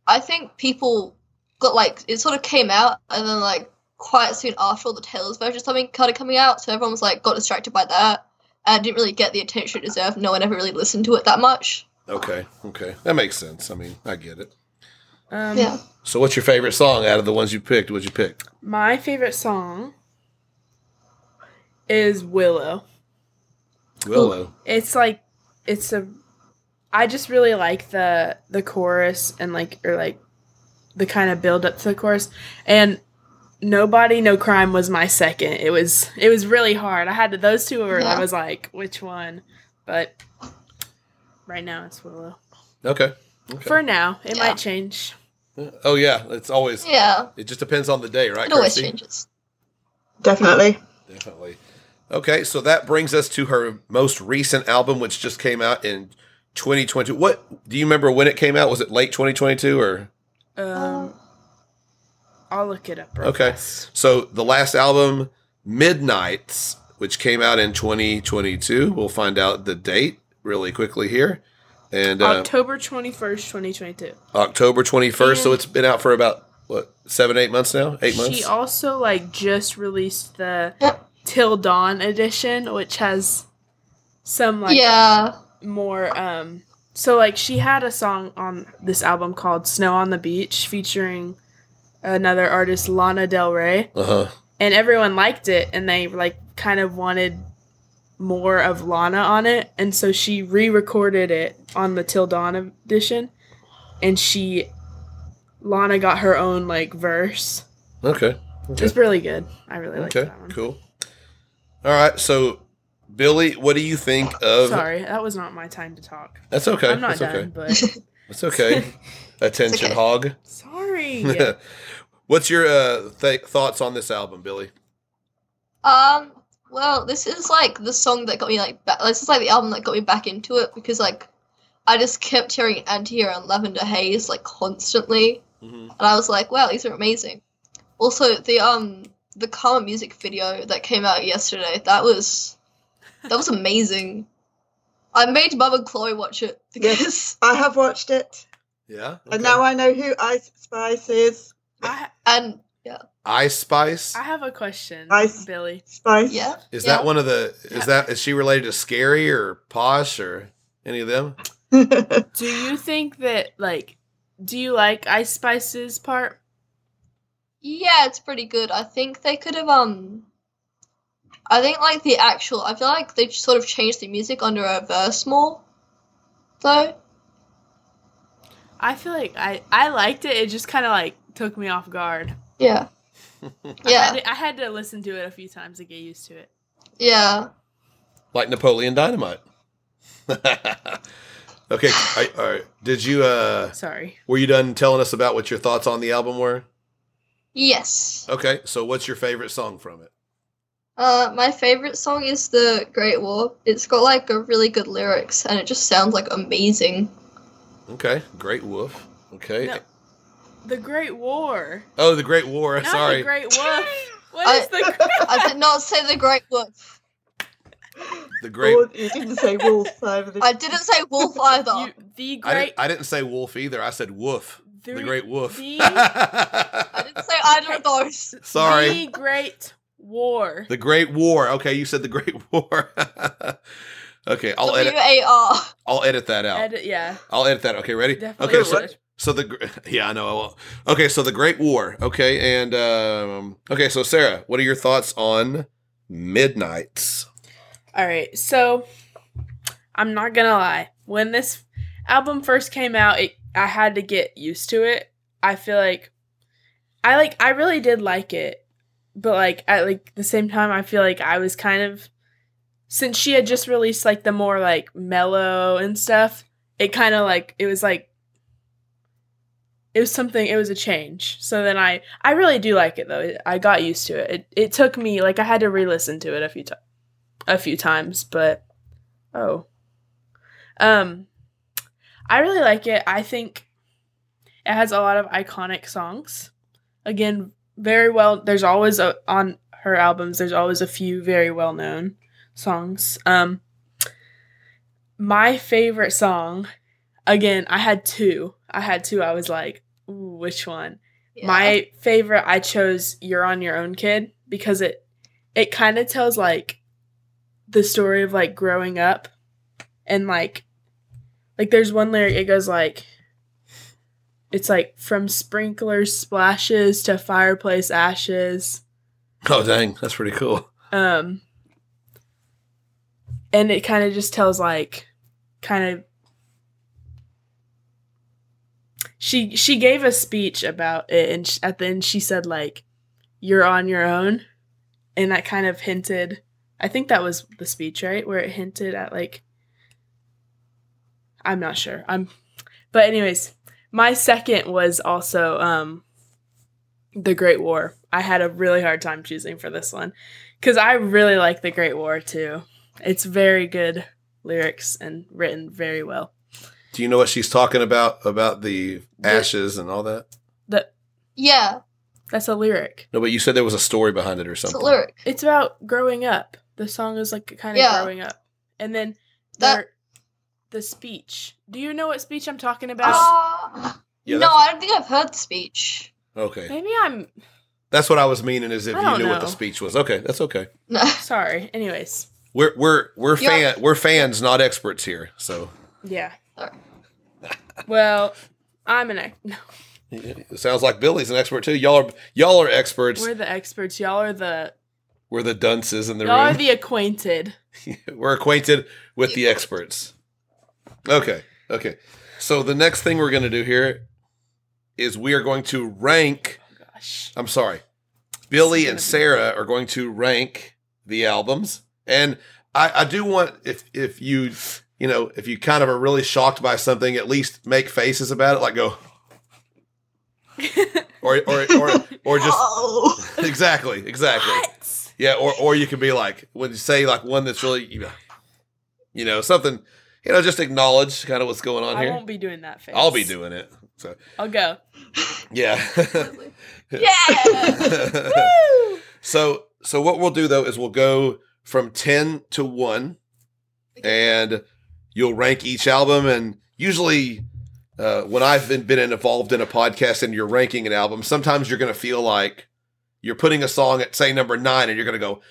Speaker 2: I think people got like it sort of came out and then like quite soon after all the Taylor's version of something kind of coming out, so everyone was like got distracted by that and didn't really get the attention it deserved. No one ever really listened to it that much.
Speaker 1: Okay, okay, that makes sense. I mean, I get it.
Speaker 4: Um,
Speaker 2: yeah.
Speaker 1: So, what's your favorite song out of the ones you picked? What'd you pick?
Speaker 4: My favorite song is Willow.
Speaker 1: Willow.
Speaker 4: It's like it's a I just really like the the chorus and like or like the kind of build up to the chorus and Nobody No Crime was my second. It was it was really hard. I had to, those two were
Speaker 2: Yeah.
Speaker 4: I was like which one? But right now it's Willow.
Speaker 1: Okay. okay.
Speaker 4: For now, it
Speaker 2: Yeah.
Speaker 4: might change.
Speaker 1: oh yeah, it's always.
Speaker 2: Yeah.
Speaker 1: It just depends on the day, right?
Speaker 2: It always
Speaker 1: Kirsty?
Speaker 2: changes.
Speaker 3: Definitely.
Speaker 1: Definitely. Okay, so that brings us to her most recent album, which just came out in 2020. What do you remember when it came out? Was it late 2022 or?
Speaker 4: Um I'll look it up. real
Speaker 1: Okay.
Speaker 4: fast.
Speaker 1: So the last album, Midnights, which came out in 2022. We'll find out the date really quickly here, and uh,
Speaker 4: October 21st, 2022.
Speaker 1: October 21st. so
Speaker 4: And-
Speaker 1: it's been out for about what seven, eight months now. Eight
Speaker 4: She
Speaker 1: months.
Speaker 4: also like just released the
Speaker 2: Yep.
Speaker 4: Till Dawn edition, which has some like
Speaker 2: yeah.
Speaker 4: more um so like she had a song on this album called Snow on the Beach featuring another artist Lana Del Rey
Speaker 1: uh huh.
Speaker 4: and everyone liked it and they like kind of wanted more of Lana on it and so she re-recorded it on the Till Dawn edition and she Lana got her own like verse
Speaker 1: Okay. Okay.
Speaker 4: It's really good. I really like
Speaker 1: Okay.
Speaker 4: that one.
Speaker 1: Cool. All right. So, Billy, what do you think of?
Speaker 4: Sorry, that was not my time to talk.
Speaker 1: That's okay.
Speaker 4: I'm not
Speaker 1: That's okay.
Speaker 4: done, but
Speaker 1: That's okay. Attention
Speaker 2: okay.
Speaker 1: hog.
Speaker 4: sorry.
Speaker 1: What's your uh, th- thoughts on this album, Billy?
Speaker 2: Um. Well, this is like the song that got me like back. This is like the album that got me back into it because like I just kept hearing Antier and Lavender Haze like constantly,
Speaker 1: Mm-hmm.
Speaker 2: and I was like, wow, these are amazing. Also, the um the Karma music video that came out yesterday that was that was amazing. I made Mum and Chloe watch it because
Speaker 3: I have watched it,
Speaker 1: Yeah.
Speaker 3: and now I know who Ice Spice is.
Speaker 4: I
Speaker 2: and
Speaker 1: Ice Spice
Speaker 4: I have a question,
Speaker 3: Ice.
Speaker 4: Billy.
Speaker 3: Spice.
Speaker 2: yeah
Speaker 1: is
Speaker 2: yeah.
Speaker 1: that one of the is that is she related to Scary or Posh or any of them?
Speaker 4: Do you think that like do you like Ice Spice's part?
Speaker 2: Yeah, it's pretty good. I think they could have um I think like the actual I feel like they sort of changed the music under a verse more though.
Speaker 4: I feel like I I liked it. It just kind of like took me off guard.
Speaker 2: Yeah.
Speaker 4: I
Speaker 2: Yeah.
Speaker 4: had, to, I had to listen to it a few times to get used to it.
Speaker 2: Yeah.
Speaker 1: like Napoleon Dynamite. okay. I, all right. Did you uh
Speaker 4: Sorry.
Speaker 1: were you done telling us about what your thoughts on the album were?
Speaker 2: Yes.
Speaker 1: Okay. So what's your favorite song from it?
Speaker 2: Uh my favorite song is The Great War. It's got like a really good lyrics and it just sounds like amazing.
Speaker 1: Okay. Great Wolf. Okay.
Speaker 4: No. The Great War.
Speaker 1: Oh, the Great War.
Speaker 4: Not
Speaker 1: Sorry.
Speaker 4: the Great Wolf. What
Speaker 2: I-
Speaker 4: is the Great
Speaker 2: I did not say the Great Wolf.
Speaker 1: the Great.
Speaker 3: Or you didn't say wolf either.
Speaker 2: I didn't say wolf either.
Speaker 4: you, The
Speaker 1: I, didn't,
Speaker 4: Great
Speaker 1: I didn't say wolf either. I said woof. The, Great Wolf.
Speaker 4: The,
Speaker 2: I didn't say either of those.
Speaker 1: Sorry.
Speaker 4: The Great War.
Speaker 1: The Great War. Okay, you said the Great War. okay, I'll
Speaker 2: W
Speaker 1: edit.
Speaker 2: A R.
Speaker 1: I'll edit that out.
Speaker 4: Edit- yeah.
Speaker 1: I'll edit that. Okay, ready?
Speaker 4: Definitely
Speaker 1: Okay, so
Speaker 4: would.
Speaker 1: so the gr- yeah, I know I will. Okay, so the Great War. Okay, and um, okay, so Sarah, what are your thoughts on Midnight's?
Speaker 4: All right, so I'm not gonna lie. When this album first came out, it I had to get used to it. I feel like I like I really did like it, but like at like the same time, I feel like I was kind of since she had just released like the more like mellow and stuff. It kind of like it was like it was something. It was a change. So then I I really do like it though. I got used to it. It, it took me like I had to re-listen to it a few times a few times, but oh. Um I really like it. I think it has a lot of iconic songs. Again, very well there's always a, on her albums there's always a few very well known songs. Um my favorite song again, I had two. I had two. I was like, Ooh, which one?
Speaker 2: Yeah.
Speaker 4: My favorite, I chose "You're on Your Own, Kid" because it it kind of tells like the story of like growing up, and like like there's one lyric it goes like it's like from sprinkler splashes to fireplace ashes,
Speaker 1: Oh dang, that's pretty cool.
Speaker 4: um, and it kind of just tells like kind of she she gave a speech about it and sh- at the end she said like you're on your own and that kind of hinted i think that was the speech right where it hinted at like i'm not sure i'm but anyways my second was also um the great war i had a really hard time choosing for this one because i really like the great war too it's very good lyrics and written very well
Speaker 1: Do you know what she's talking about about the
Speaker 4: The-
Speaker 1: ashes and all that?
Speaker 4: that
Speaker 2: yeah,
Speaker 4: that's a lyric
Speaker 1: No, but you said there was a story behind it or
Speaker 2: it's a
Speaker 1: something.
Speaker 2: lyric.
Speaker 4: It's about growing up. The song is like kind of
Speaker 2: Yeah.
Speaker 4: growing up, and then
Speaker 2: That-
Speaker 4: there, the speech. Do you know what speech I'm talking about?
Speaker 2: Uh,
Speaker 1: Yeah,
Speaker 2: no,
Speaker 1: that's-
Speaker 2: I don't think I've heard the speech.
Speaker 1: Okay,
Speaker 4: Maybe I'm
Speaker 1: that's what I was meaning. Is if
Speaker 4: I
Speaker 1: you
Speaker 4: don't
Speaker 1: knew what the
Speaker 4: know.
Speaker 1: speech was. Okay, that's okay.
Speaker 2: No.
Speaker 4: sorry. Anyways,
Speaker 1: We're we're we're
Speaker 2: You're-
Speaker 1: fan we're fans, not experts here. So
Speaker 4: yeah.
Speaker 2: Sorry.
Speaker 4: well, I'm an ex- no,
Speaker 1: it sounds like Billy's an expert too. Y'all are y'all are experts.
Speaker 4: we're the experts. Y'all are the
Speaker 1: We're the dunces in the
Speaker 4: y'all
Speaker 1: room.
Speaker 4: are the acquainted.
Speaker 1: we're acquainted with the experts. Okay. Okay. So the next thing we're going to do here is we are going to rank.
Speaker 4: Gosh,
Speaker 1: I'm sorry. Billy and
Speaker 4: This is
Speaker 1: Sarah are going to rank the albums, and I, I do want if if you you know if you kind of are really shocked by something, at least make faces about it, like go or or or or just
Speaker 2: Oh.
Speaker 1: exactly exactly.
Speaker 4: what?
Speaker 1: Yeah, or or you can be like when you say like one that's really you know, you know something, you know, just acknowledge kind of what's going on
Speaker 4: I
Speaker 1: here.
Speaker 4: won't be doing that face.
Speaker 1: I'll be doing it. So
Speaker 4: I'll go.
Speaker 1: yeah.
Speaker 2: yeah.
Speaker 4: Woo!
Speaker 1: so so what we'll do though is we'll go from ten to one, and you'll rank each album. And usually, uh, when I've been been involved in a podcast and you're ranking an album, sometimes you're gonna feel like you're putting a song at say number nine, and you're gonna go.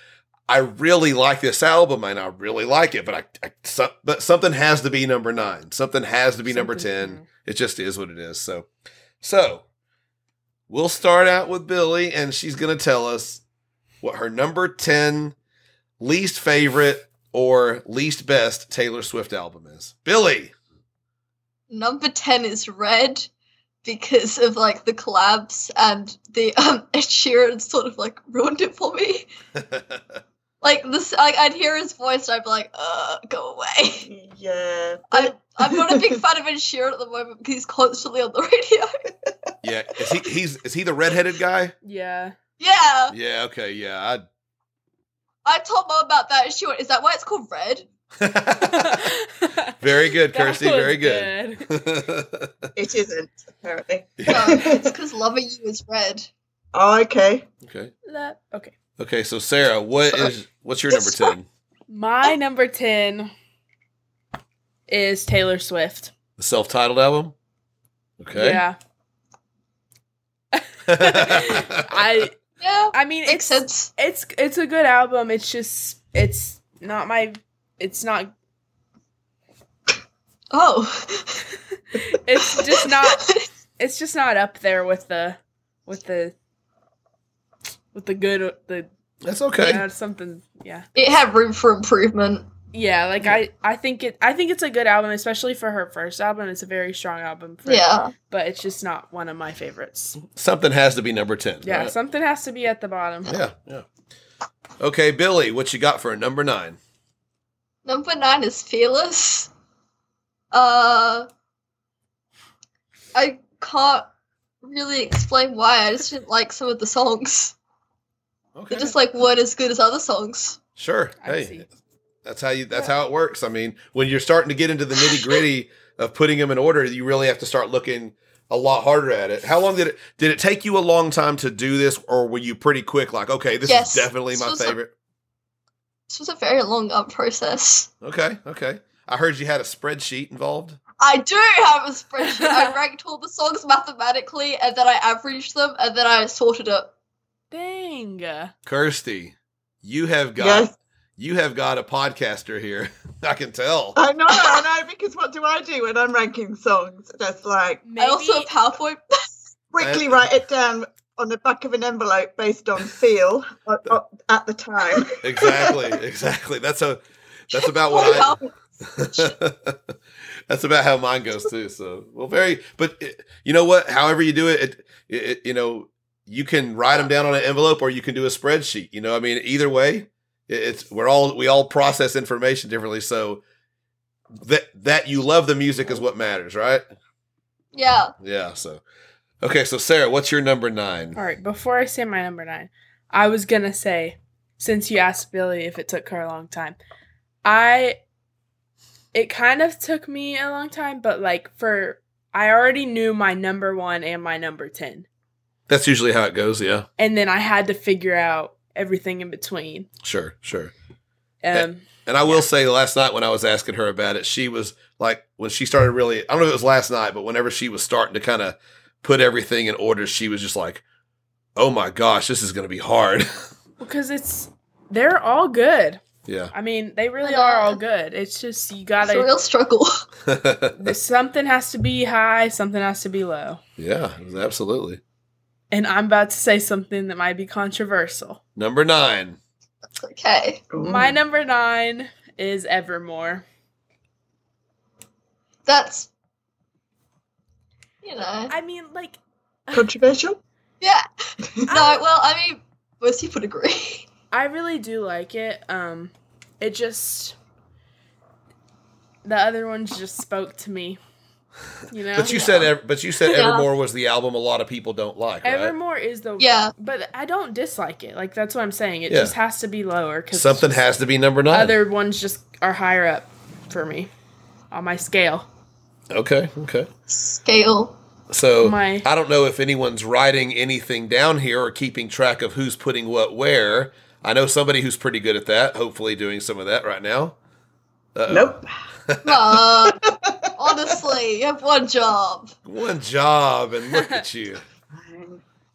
Speaker 1: I really like this album, and I really like it, but I, I so, but something has to be number nine. Something has to be number ten.
Speaker 4: Something-
Speaker 1: It just is what it is. So, so we'll start out with Billy, and she's going to tell us what her number 10 least favorite or least best Taylor Swift album is. Billy.
Speaker 2: Number ten is red because of like the collabs and the um Ed Sheeran sort of like ruined it for me. Like this, like I'd hear his voice and I'd be like, "Uh, go away."
Speaker 3: yeah.
Speaker 2: I, I'm not a big fan of Ed Sheeran at the moment because he's constantly on the radio.
Speaker 1: yeah, is he he's is he the redheaded guy?
Speaker 4: Yeah.
Speaker 2: Yeah,
Speaker 1: Uh, Yeah, okay, yeah.
Speaker 2: I told mom about that. And she went, "Is that why it's called red?"
Speaker 1: I Very good,
Speaker 4: That
Speaker 1: Kirsty. Very
Speaker 4: was
Speaker 1: good.
Speaker 3: It isn't, apparently.
Speaker 2: No, it's because Lover You is red.
Speaker 3: Oh, okay.
Speaker 1: Okay.
Speaker 4: Lo- Okay.
Speaker 1: Okay. So Sarah, what is what's your number ten?
Speaker 4: My number 10 is Taylor Swift.
Speaker 1: The self-titled album. Okay.
Speaker 4: Yeah. I
Speaker 2: Yeah,
Speaker 4: I mean
Speaker 2: makes
Speaker 4: it's
Speaker 2: sense.
Speaker 4: it's it's a good album. It's just it's not my it's not
Speaker 2: Oh,
Speaker 4: it's just not it's just not up there with the with the with the good the
Speaker 1: That's okay.
Speaker 4: uh, something yeah
Speaker 2: it had room for improvement.
Speaker 4: yeah like I I think it I think it's a good album especially for her first album. It's a very strong album. For,
Speaker 2: Yeah,
Speaker 4: but it's just not one of my favorites.
Speaker 1: Something has to be number ten.
Speaker 4: Yeah,
Speaker 1: right?
Speaker 4: something has to be at the bottom.
Speaker 1: Yeah. Yeah. Okay, Billy, what you got for a number nine?
Speaker 2: number nine is Fearless. Uh, I can't really explain why. I just didn't like some of the songs.
Speaker 1: Okay.
Speaker 2: They just like weren't as good as other songs.
Speaker 1: Sure.
Speaker 4: I
Speaker 1: hey,
Speaker 4: see.
Speaker 1: that's how you. That's how it works. I mean, when you're starting to get into the nitty gritty of putting them in order, you really have to start looking a lot harder at it. How long did it did it take you a long time to do this, or were you pretty quick? Like, okay, this
Speaker 2: Yes.
Speaker 1: is definitely
Speaker 2: This
Speaker 1: my
Speaker 2: was a-
Speaker 1: favorite.
Speaker 2: This was a very long up process.
Speaker 1: okay, okay. I heard you had a spreadsheet involved.
Speaker 2: I do have a spreadsheet. I ranked all the songs mathematically, and then I averaged them, and then I sorted it.
Speaker 4: Dang.
Speaker 1: Kirsty, you have got
Speaker 3: Yes.
Speaker 1: you have got a podcaster here. I can tell.
Speaker 3: I know, I know, because what do I do when I'm ranking songs? Just like
Speaker 4: Maybe,
Speaker 2: I also have PowerPoint.
Speaker 3: quickly write it down on the back of an envelope based on feel o- o- at the time.
Speaker 1: exactly, exactly. That's a that's about what I.
Speaker 2: Wow.
Speaker 1: That's about how mine goes too. So, well, very, but it, you know what? However you do it, it, it, you know, you can write them down on an envelope or you can do a spreadsheet. You know, I mean, either way, it, it's we're all we all process information differently. So that that you love the music is what matters, right?
Speaker 2: Yeah.
Speaker 1: Yeah. So, okay. So, Sarah, what's your number nine?
Speaker 4: All right, before I say my number nine, I was gonna say, since you asked Billy if it took her a long time, I it kind of took me a long time, but like for I already knew my number one and my number ten.
Speaker 1: That's usually how it goes. Yeah.
Speaker 4: And then I had to figure out everything in between.
Speaker 1: Sure. Sure.
Speaker 4: Um
Speaker 1: And I will say, last night when I was asking her about it, she was like, when she started really, I don't know if it was last night, but whenever she was starting to kind of put everything in order, she was just like, oh my gosh, this is going to be hard.
Speaker 4: because it's they're all good.
Speaker 1: yeah.
Speaker 4: I mean, they really
Speaker 2: Yeah.
Speaker 4: are all good. It's just you
Speaker 2: It's a
Speaker 4: gotta
Speaker 2: real struggle.
Speaker 4: there's- something has to be high, something has to be low.
Speaker 1: yeah, absolutely.
Speaker 4: And I'm about to say something that might be controversial.
Speaker 1: Number nine.
Speaker 2: okay.
Speaker 4: My number nine is Evermore.
Speaker 2: That's. You know.
Speaker 4: I mean, like,
Speaker 3: controversial.
Speaker 2: Yeah. No,
Speaker 4: I,
Speaker 2: well, I mean, most people agree.
Speaker 4: I really do like it. Um, it just the other ones just spoke to me. You know,
Speaker 1: But you said, Ev- but you said
Speaker 2: Yeah.
Speaker 1: Evermore was the album a lot of people don't like, right?
Speaker 4: Evermore is the
Speaker 2: Yeah.
Speaker 4: but I don't dislike it. Like that's what I'm saying. It
Speaker 1: Yeah.
Speaker 4: just has to be lower because
Speaker 1: Something has to be number nine.
Speaker 4: Other ones just are higher up for me on my scale.
Speaker 1: okay. Okay.
Speaker 2: Scale.
Speaker 1: So
Speaker 4: My-
Speaker 1: I don't know if anyone's writing anything down here or keeping track of who's putting what where. I know somebody who's pretty good at that. Hopefully, doing some of that right now. Uh-oh.
Speaker 3: Nope.
Speaker 2: No. honestly, you have one job.
Speaker 1: One job, and look at you.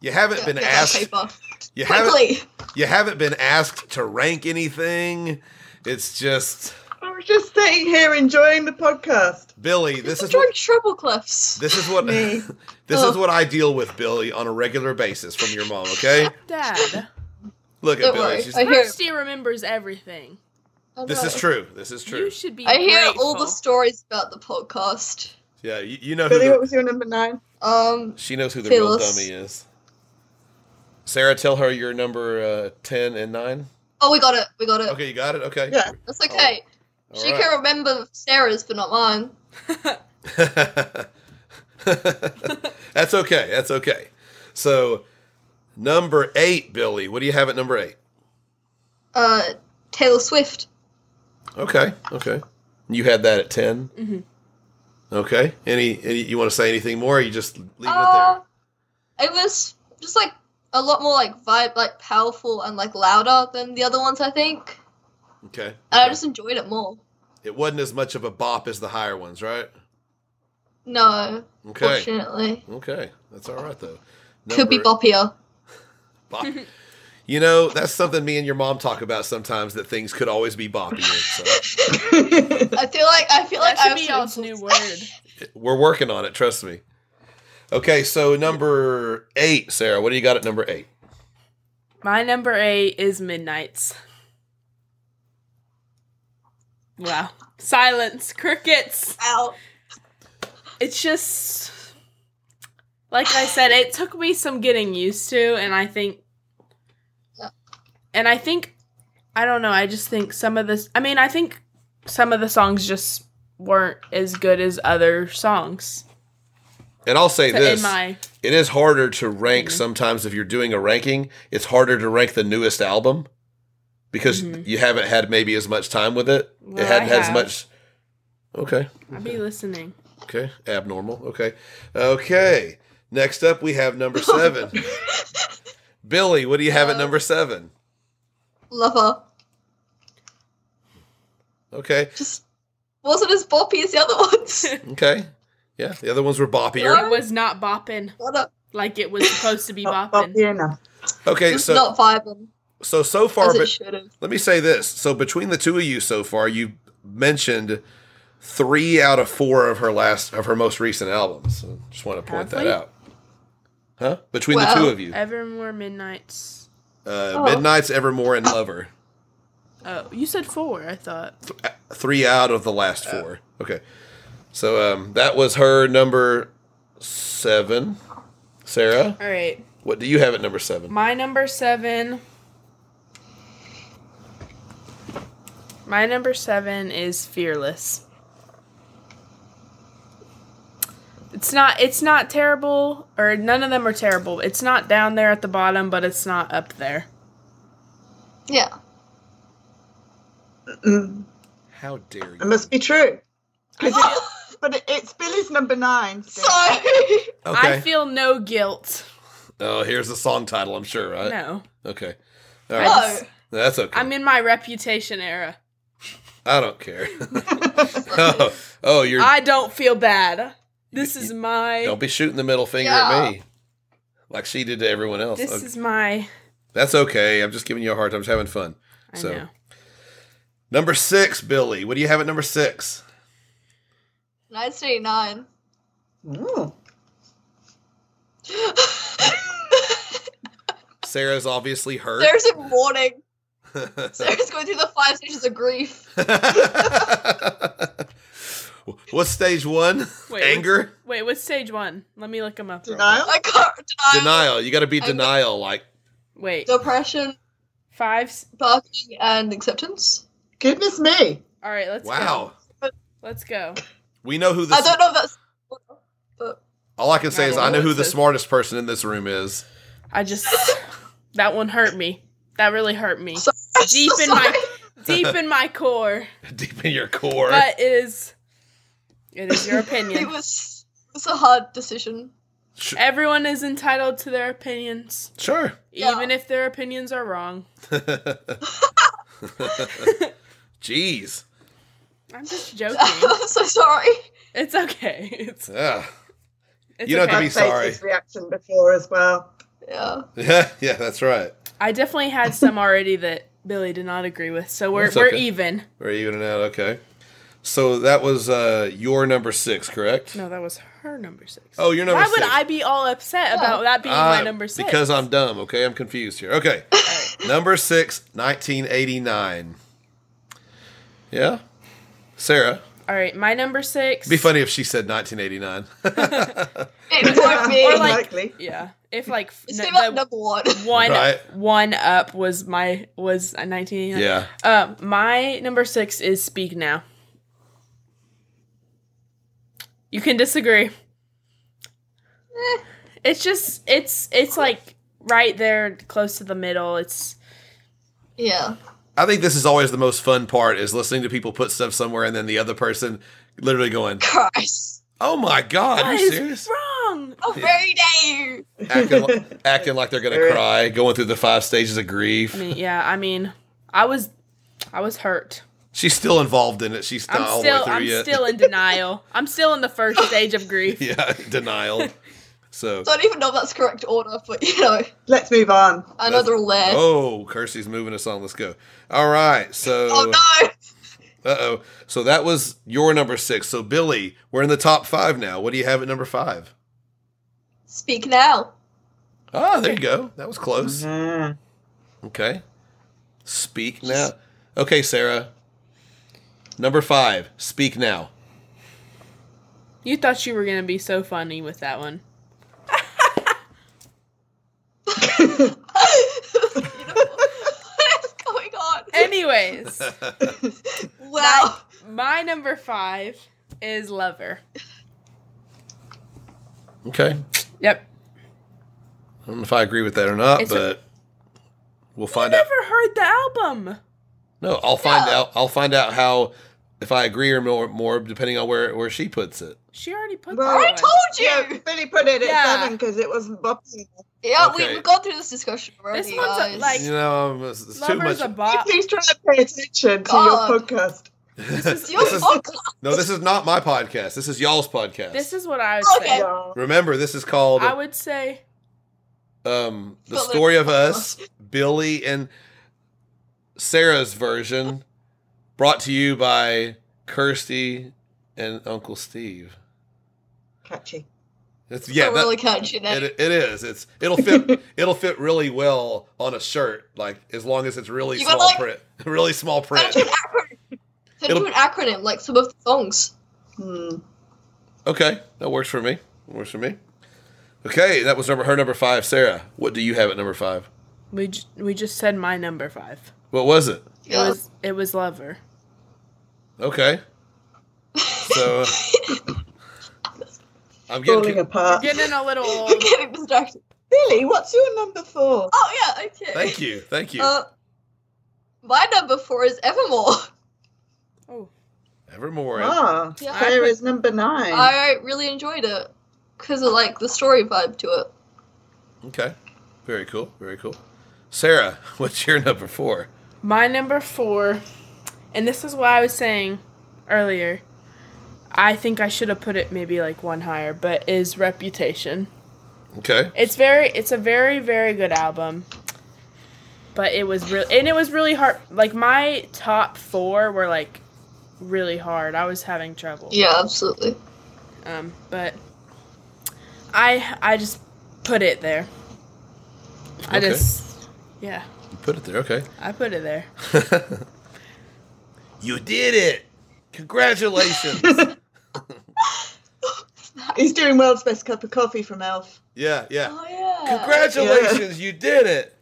Speaker 1: You haven't
Speaker 2: Get-
Speaker 1: been
Speaker 2: get that
Speaker 1: asked.
Speaker 2: paper.
Speaker 1: You haven't.
Speaker 2: Quickly.
Speaker 1: You haven't been asked to rank anything. It's just
Speaker 3: I was just sitting here enjoying the podcast.
Speaker 1: Billy. This is
Speaker 2: Enjoy
Speaker 1: what,
Speaker 2: treble clefs.
Speaker 1: this is what
Speaker 3: Me.
Speaker 1: this is
Speaker 2: Ugh.
Speaker 1: what I deal with, Billy, on a regular basis from your mom. Okay,
Speaker 4: Dad,
Speaker 1: look at
Speaker 2: Don't
Speaker 1: Billy.
Speaker 2: worry.
Speaker 1: She's,
Speaker 2: I hear-
Speaker 4: Kirsty remembers everything.
Speaker 2: I
Speaker 1: this
Speaker 2: know.
Speaker 1: is true. This is true.
Speaker 4: You should be.
Speaker 2: I hear all
Speaker 4: grateful.
Speaker 2: the stories about the podcast.
Speaker 1: Yeah, you, you know who
Speaker 3: Billy,
Speaker 1: the-
Speaker 3: what was your number nine?
Speaker 2: Um,
Speaker 1: She knows who the real
Speaker 2: Phyllis.
Speaker 1: dummy is. Sarah, tell her your number uh, 10 and 9.
Speaker 2: oh, we got it. We got it.
Speaker 1: Okay, you got it? Okay.
Speaker 3: Yeah.
Speaker 2: That's okay.
Speaker 1: All
Speaker 2: she
Speaker 1: right.
Speaker 2: can remember Sarah's, but not mine.
Speaker 1: That's okay. That's okay. So, number 8, Billy. What do you have at number 8?
Speaker 2: Uh, Taylor Swift. Mm-hmm.
Speaker 1: Okay. Okay. You had that at 10?
Speaker 4: Mhm.
Speaker 1: Okay. Any, any you want to say anything more? Or you just leaving
Speaker 2: Uh, it was just like a lot more like vibe, like powerful and like louder than the other ones, I think.
Speaker 1: it there? Okay.
Speaker 2: And I
Speaker 1: Okay.
Speaker 2: just enjoyed it more.
Speaker 1: it wasn't as much of a bop as the higher ones, right?
Speaker 2: No,
Speaker 1: Okay.
Speaker 2: fortunately,
Speaker 1: Okay. That's all right though.
Speaker 2: Oh, could be
Speaker 1: Number-
Speaker 2: boppier.
Speaker 1: bop. You know, that's something me and your mom talk about sometimes that things could always be boppy. So
Speaker 2: I feel like I feel
Speaker 4: That
Speaker 2: like I
Speaker 4: should
Speaker 2: was
Speaker 4: be
Speaker 2: so
Speaker 4: y'all's new
Speaker 2: exhausted.
Speaker 4: word.
Speaker 1: we're working on it, trust me. Okay, so number eight, Sarah, what do you got at number eight?
Speaker 4: My number eight is Midnight's. Wow. Silence, crickets.
Speaker 2: Ow.
Speaker 4: It's just like I said, it took me some getting used to, and I think and I think I don't know, I just think some of this I mean, I think some of the songs just weren't as good as other songs.
Speaker 1: And I'll say
Speaker 4: So
Speaker 1: this.
Speaker 4: in my
Speaker 1: It is harder to rank
Speaker 4: Mhm.
Speaker 1: sometimes if you're doing a ranking. It's harder to rank the newest album because
Speaker 4: Mhm.
Speaker 1: you haven't had maybe as much time with it.
Speaker 4: Well,
Speaker 1: it hadn't
Speaker 4: I
Speaker 1: had as
Speaker 4: have.
Speaker 1: much. Okay.
Speaker 4: I'll be listening.
Speaker 1: Okay. Abnormal. Okay. Okay. Next up, we have number seven. Billy, what do you have at
Speaker 2: Uh,
Speaker 1: number seven?
Speaker 2: Lover.
Speaker 1: Okay.
Speaker 2: Just wasn't as boppy as the other ones.
Speaker 1: Okay. Yeah. The other ones were boppier.
Speaker 4: It was not bopping
Speaker 2: What up?
Speaker 4: like it was supposed to be
Speaker 3: Not
Speaker 4: bopping.
Speaker 3: boppy enough.
Speaker 1: Okay.
Speaker 2: Just
Speaker 1: So,
Speaker 2: not vibing
Speaker 1: so, so far,
Speaker 2: as it
Speaker 1: but
Speaker 2: should have.
Speaker 1: Let me say this. So between the two of you so far, you mentioned three out of four of her last of her most recent albums. So just want to point
Speaker 4: Have
Speaker 1: that
Speaker 4: we?
Speaker 1: out. Huh? Between the two
Speaker 2: Wow.
Speaker 1: of
Speaker 4: uh,
Speaker 1: you.
Speaker 4: Evermore Midnight's.
Speaker 1: Uh,
Speaker 2: Oh.
Speaker 1: Midnight's Evermore and Lover.
Speaker 4: Oh, you said four, I thought.
Speaker 1: Three out of the last four. Okay. So um, that was her number seven. Sarah,
Speaker 4: All right.
Speaker 1: what do you have at number seven?
Speaker 4: My number seven. My number seven is Fearless. It's not. It's not terrible, or none of them are terrible. It's not down there at the bottom, but it's not up there.
Speaker 2: Yeah.
Speaker 3: Mm,
Speaker 1: How dare you?
Speaker 3: It must be true. 'Cause it-
Speaker 2: Oh,
Speaker 3: but it, it's Billy's number nine. Steve.
Speaker 2: sorry.
Speaker 4: I
Speaker 1: okay.
Speaker 4: feel no guilt.
Speaker 1: oh, here's the song title, I'm sure, right?
Speaker 4: no,
Speaker 1: Okay. All
Speaker 4: I
Speaker 1: right.
Speaker 2: No.
Speaker 4: just-
Speaker 1: That's Uh, okay.
Speaker 4: I'm in my reputation era.
Speaker 1: I don't care. oh, oh, you're.
Speaker 4: I don't feel bad. This
Speaker 1: you-
Speaker 4: is my.
Speaker 1: Don't be shooting the middle finger
Speaker 2: Yeah.
Speaker 1: at me, like she did to everyone else.
Speaker 4: This
Speaker 1: Okay.
Speaker 4: is my.
Speaker 1: That's okay. I'm just giving you a hard time. I'm just having fun.
Speaker 4: I
Speaker 1: So-
Speaker 4: know.
Speaker 1: Number six, Billy. What do you have at number six?
Speaker 2: 1989.
Speaker 3: Ooh.
Speaker 1: Sarah's obviously hurt.
Speaker 2: Sarah's in mourning. Sarah's going through the five stages of grief.
Speaker 1: What's stage one?
Speaker 4: Wait,
Speaker 1: Anger,
Speaker 4: Wait, what's stage one? Let me look them up. real
Speaker 3: Denial?
Speaker 2: I can't deny.
Speaker 1: denial. You got to be
Speaker 2: Anger.
Speaker 1: denial. Like
Speaker 4: Wait,
Speaker 2: Depression,
Speaker 4: five. s-
Speaker 2: barking, and acceptance.
Speaker 3: Goodness me.
Speaker 4: All right, let's go.
Speaker 1: wow.
Speaker 4: Let's go.
Speaker 1: We know who this.
Speaker 2: I don't know if that's. But
Speaker 1: all I can say
Speaker 4: I
Speaker 1: is
Speaker 4: don't
Speaker 1: I
Speaker 4: know
Speaker 1: know who
Speaker 4: what
Speaker 1: the
Speaker 4: this-
Speaker 1: smartest person in this room is.
Speaker 4: I just that one hurt me. That really hurt me
Speaker 2: so,
Speaker 4: deep in my deep in my core.
Speaker 1: Deep in your core.
Speaker 4: But it is it is your
Speaker 2: It
Speaker 4: opinion.
Speaker 2: was it was a hard decision.
Speaker 1: Sh-
Speaker 4: Everyone is entitled to their opinions,
Speaker 1: sure.
Speaker 2: Yeah.
Speaker 4: even if their opinions are wrong.
Speaker 1: Jeez.
Speaker 4: I'm just joking.
Speaker 2: I'm so sorry.
Speaker 4: It's okay. It's,
Speaker 1: Yeah.
Speaker 4: it's
Speaker 1: You don't have
Speaker 4: okay.
Speaker 1: to be
Speaker 3: I've faced
Speaker 1: sorry.
Speaker 3: his reaction before as well.
Speaker 2: Yeah.
Speaker 1: Yeah, yeah, that's right.
Speaker 4: I definitely had some already that Billy did not agree with, so we're
Speaker 1: That's
Speaker 4: we're
Speaker 1: okay.
Speaker 4: even.
Speaker 1: We're evening out. Okay. So that was uh your number six, correct?
Speaker 4: No, that was her number six.
Speaker 1: Oh, your number
Speaker 4: Why would
Speaker 1: six.
Speaker 4: I be all upset about that being my
Speaker 1: Uh,
Speaker 4: number six?
Speaker 1: Because I'm dumb, okay? I'm confused here. Okay. number six, 1989. Yeah? Sarah.
Speaker 4: All right, my number six.
Speaker 1: It'd be funny if she said 1989.
Speaker 2: It won't be.
Speaker 4: Or like-
Speaker 3: Likely.
Speaker 4: Yeah, if like f-
Speaker 2: it's
Speaker 4: no-
Speaker 2: came up
Speaker 4: the
Speaker 2: number one.
Speaker 4: one
Speaker 1: Right.
Speaker 4: one up was my was a nineteen.
Speaker 1: yeah.
Speaker 4: Uh, my number six is Speak Now. You can disagree. It's just it's it's like right there close to the middle. It's
Speaker 2: Yeah.
Speaker 1: I think this is always the most fun part is listening to people put stuff somewhere and then the other person literally going,
Speaker 2: Christ.
Speaker 1: Oh my God, are
Speaker 4: What
Speaker 1: you
Speaker 4: is
Speaker 1: serious?
Speaker 4: wrong?
Speaker 2: How very dare you!
Speaker 1: acting, li- acting like they're gonna
Speaker 3: Right.
Speaker 1: cry, going through the five stages of grief.
Speaker 4: I mean, yeah, I mean, I was, I was hurt.
Speaker 1: She's still involved in it. She's not
Speaker 4: I'm
Speaker 1: all
Speaker 4: still,
Speaker 1: the way through
Speaker 4: I'm
Speaker 1: yet.
Speaker 4: still in denial. I'm still in the first stage of grief.
Speaker 1: yeah, denial. So,
Speaker 2: Don't even know if that's correct order, but you know,
Speaker 3: Let's move on.
Speaker 2: I know they're all there. Oh,
Speaker 1: oh, Kirsty's moving us on. Let's go. All right. So,
Speaker 2: Oh,
Speaker 4: Oh,
Speaker 2: no!
Speaker 1: uh oh. So that was your number six. So Billy, we're in the top five now. What do you have at number five?
Speaker 2: Speak now.
Speaker 1: Ah, there you go. That was close.
Speaker 3: Mhm.
Speaker 1: Okay. Speak now. Okay, Sarah. Number five. Speak now.
Speaker 4: You thought you were gonna be so funny with that one.
Speaker 2: what is going on?
Speaker 4: Anyways,
Speaker 2: wow.
Speaker 4: my number five is lover.
Speaker 1: okay.
Speaker 4: Yep.
Speaker 1: I don't know if I agree with that or not,
Speaker 4: It's a-
Speaker 1: but we'll
Speaker 4: I
Speaker 1: find out.
Speaker 4: never heard the album.
Speaker 1: No, I'll find
Speaker 2: No.
Speaker 1: out. I'll find out how if I agree or more, more depending on where where she puts it.
Speaker 4: She already put.
Speaker 3: Well,
Speaker 4: that
Speaker 2: I already
Speaker 4: one.
Speaker 2: told you!
Speaker 3: Yeah, Billy put it at
Speaker 4: Yeah.
Speaker 3: seven because it wasn't popular.
Speaker 2: Yeah,
Speaker 1: Okay.
Speaker 2: we, we've gone through this discussion already,
Speaker 4: This one's a-
Speaker 2: guys.
Speaker 4: like-
Speaker 1: you know, um, it's, it's too much.
Speaker 4: Lover's a bop.
Speaker 3: Please try to pay attention
Speaker 2: God.
Speaker 3: to your podcast.
Speaker 2: It's
Speaker 1: this
Speaker 2: your
Speaker 1: is,
Speaker 2: podcast.
Speaker 1: no, this is not my podcast. This is y'all's podcast.
Speaker 4: This is what I would
Speaker 2: Okay.
Speaker 4: say.
Speaker 3: Yeah.
Speaker 1: Remember, this is called
Speaker 4: I would say
Speaker 1: um, the
Speaker 2: Billy.
Speaker 1: story of us, Billy and Sarah's version, brought to you by Kirsty and Uncle Steve.
Speaker 3: Catchy.
Speaker 1: It's
Speaker 2: Yeah,
Speaker 1: yeah,
Speaker 2: so
Speaker 1: that-
Speaker 2: really catchy name.
Speaker 1: It, it is. It's it'll fit it'll fit really well on a shirt, like as long as it's really
Speaker 2: You
Speaker 1: small
Speaker 2: gotta, like-
Speaker 1: print. Really small
Speaker 2: Turn
Speaker 1: print.
Speaker 2: it into an acronym. Turn it
Speaker 1: It'll-
Speaker 2: into an acronym, like some of the songs.
Speaker 3: Hmm.
Speaker 1: Okay, that works for me. Works for me. Okay, that was number her number five, Sarah. What do you have at number five?
Speaker 4: we j- we just said my number five.
Speaker 1: What was it?
Speaker 4: It was it was lover.
Speaker 1: Okay. So I'm getting.
Speaker 3: Falling
Speaker 1: Con-
Speaker 4: We're
Speaker 3: apart.
Speaker 4: getting a little
Speaker 2: You're
Speaker 4: old.
Speaker 2: getting distracted.
Speaker 3: Billy, what's your number four?
Speaker 2: Oh, yeah, okay.
Speaker 1: thank you, thank you.
Speaker 2: Uh, my number four is Evermore.
Speaker 4: Oh,
Speaker 1: Evermore.
Speaker 3: Ah,
Speaker 2: Yeah.
Speaker 3: Sarah's number nine.
Speaker 2: I really enjoyed it because of like the story vibe to it.
Speaker 1: Okay. Very cool. Very cool. Sarah, what's your number four?
Speaker 4: my number four, and this is why I was saying earlier. I think I should have put it maybe like one higher, but is reputation.
Speaker 1: Okay.
Speaker 4: It's very it's a very very good album. But it was really and it was really hard. Like my top 4 were like really hard. I was having trouble.
Speaker 2: Yeah, absolutely.
Speaker 4: Um but I I just put it there. I
Speaker 1: Okay.
Speaker 4: just yeah,
Speaker 1: You put it there. Okay.
Speaker 4: I put it there.
Speaker 1: you did it! Congratulations!
Speaker 3: He's doing world's best cup of coffee from Elf.
Speaker 1: yeah, yeah.
Speaker 2: Oh yeah.
Speaker 1: Congratulations, you did it!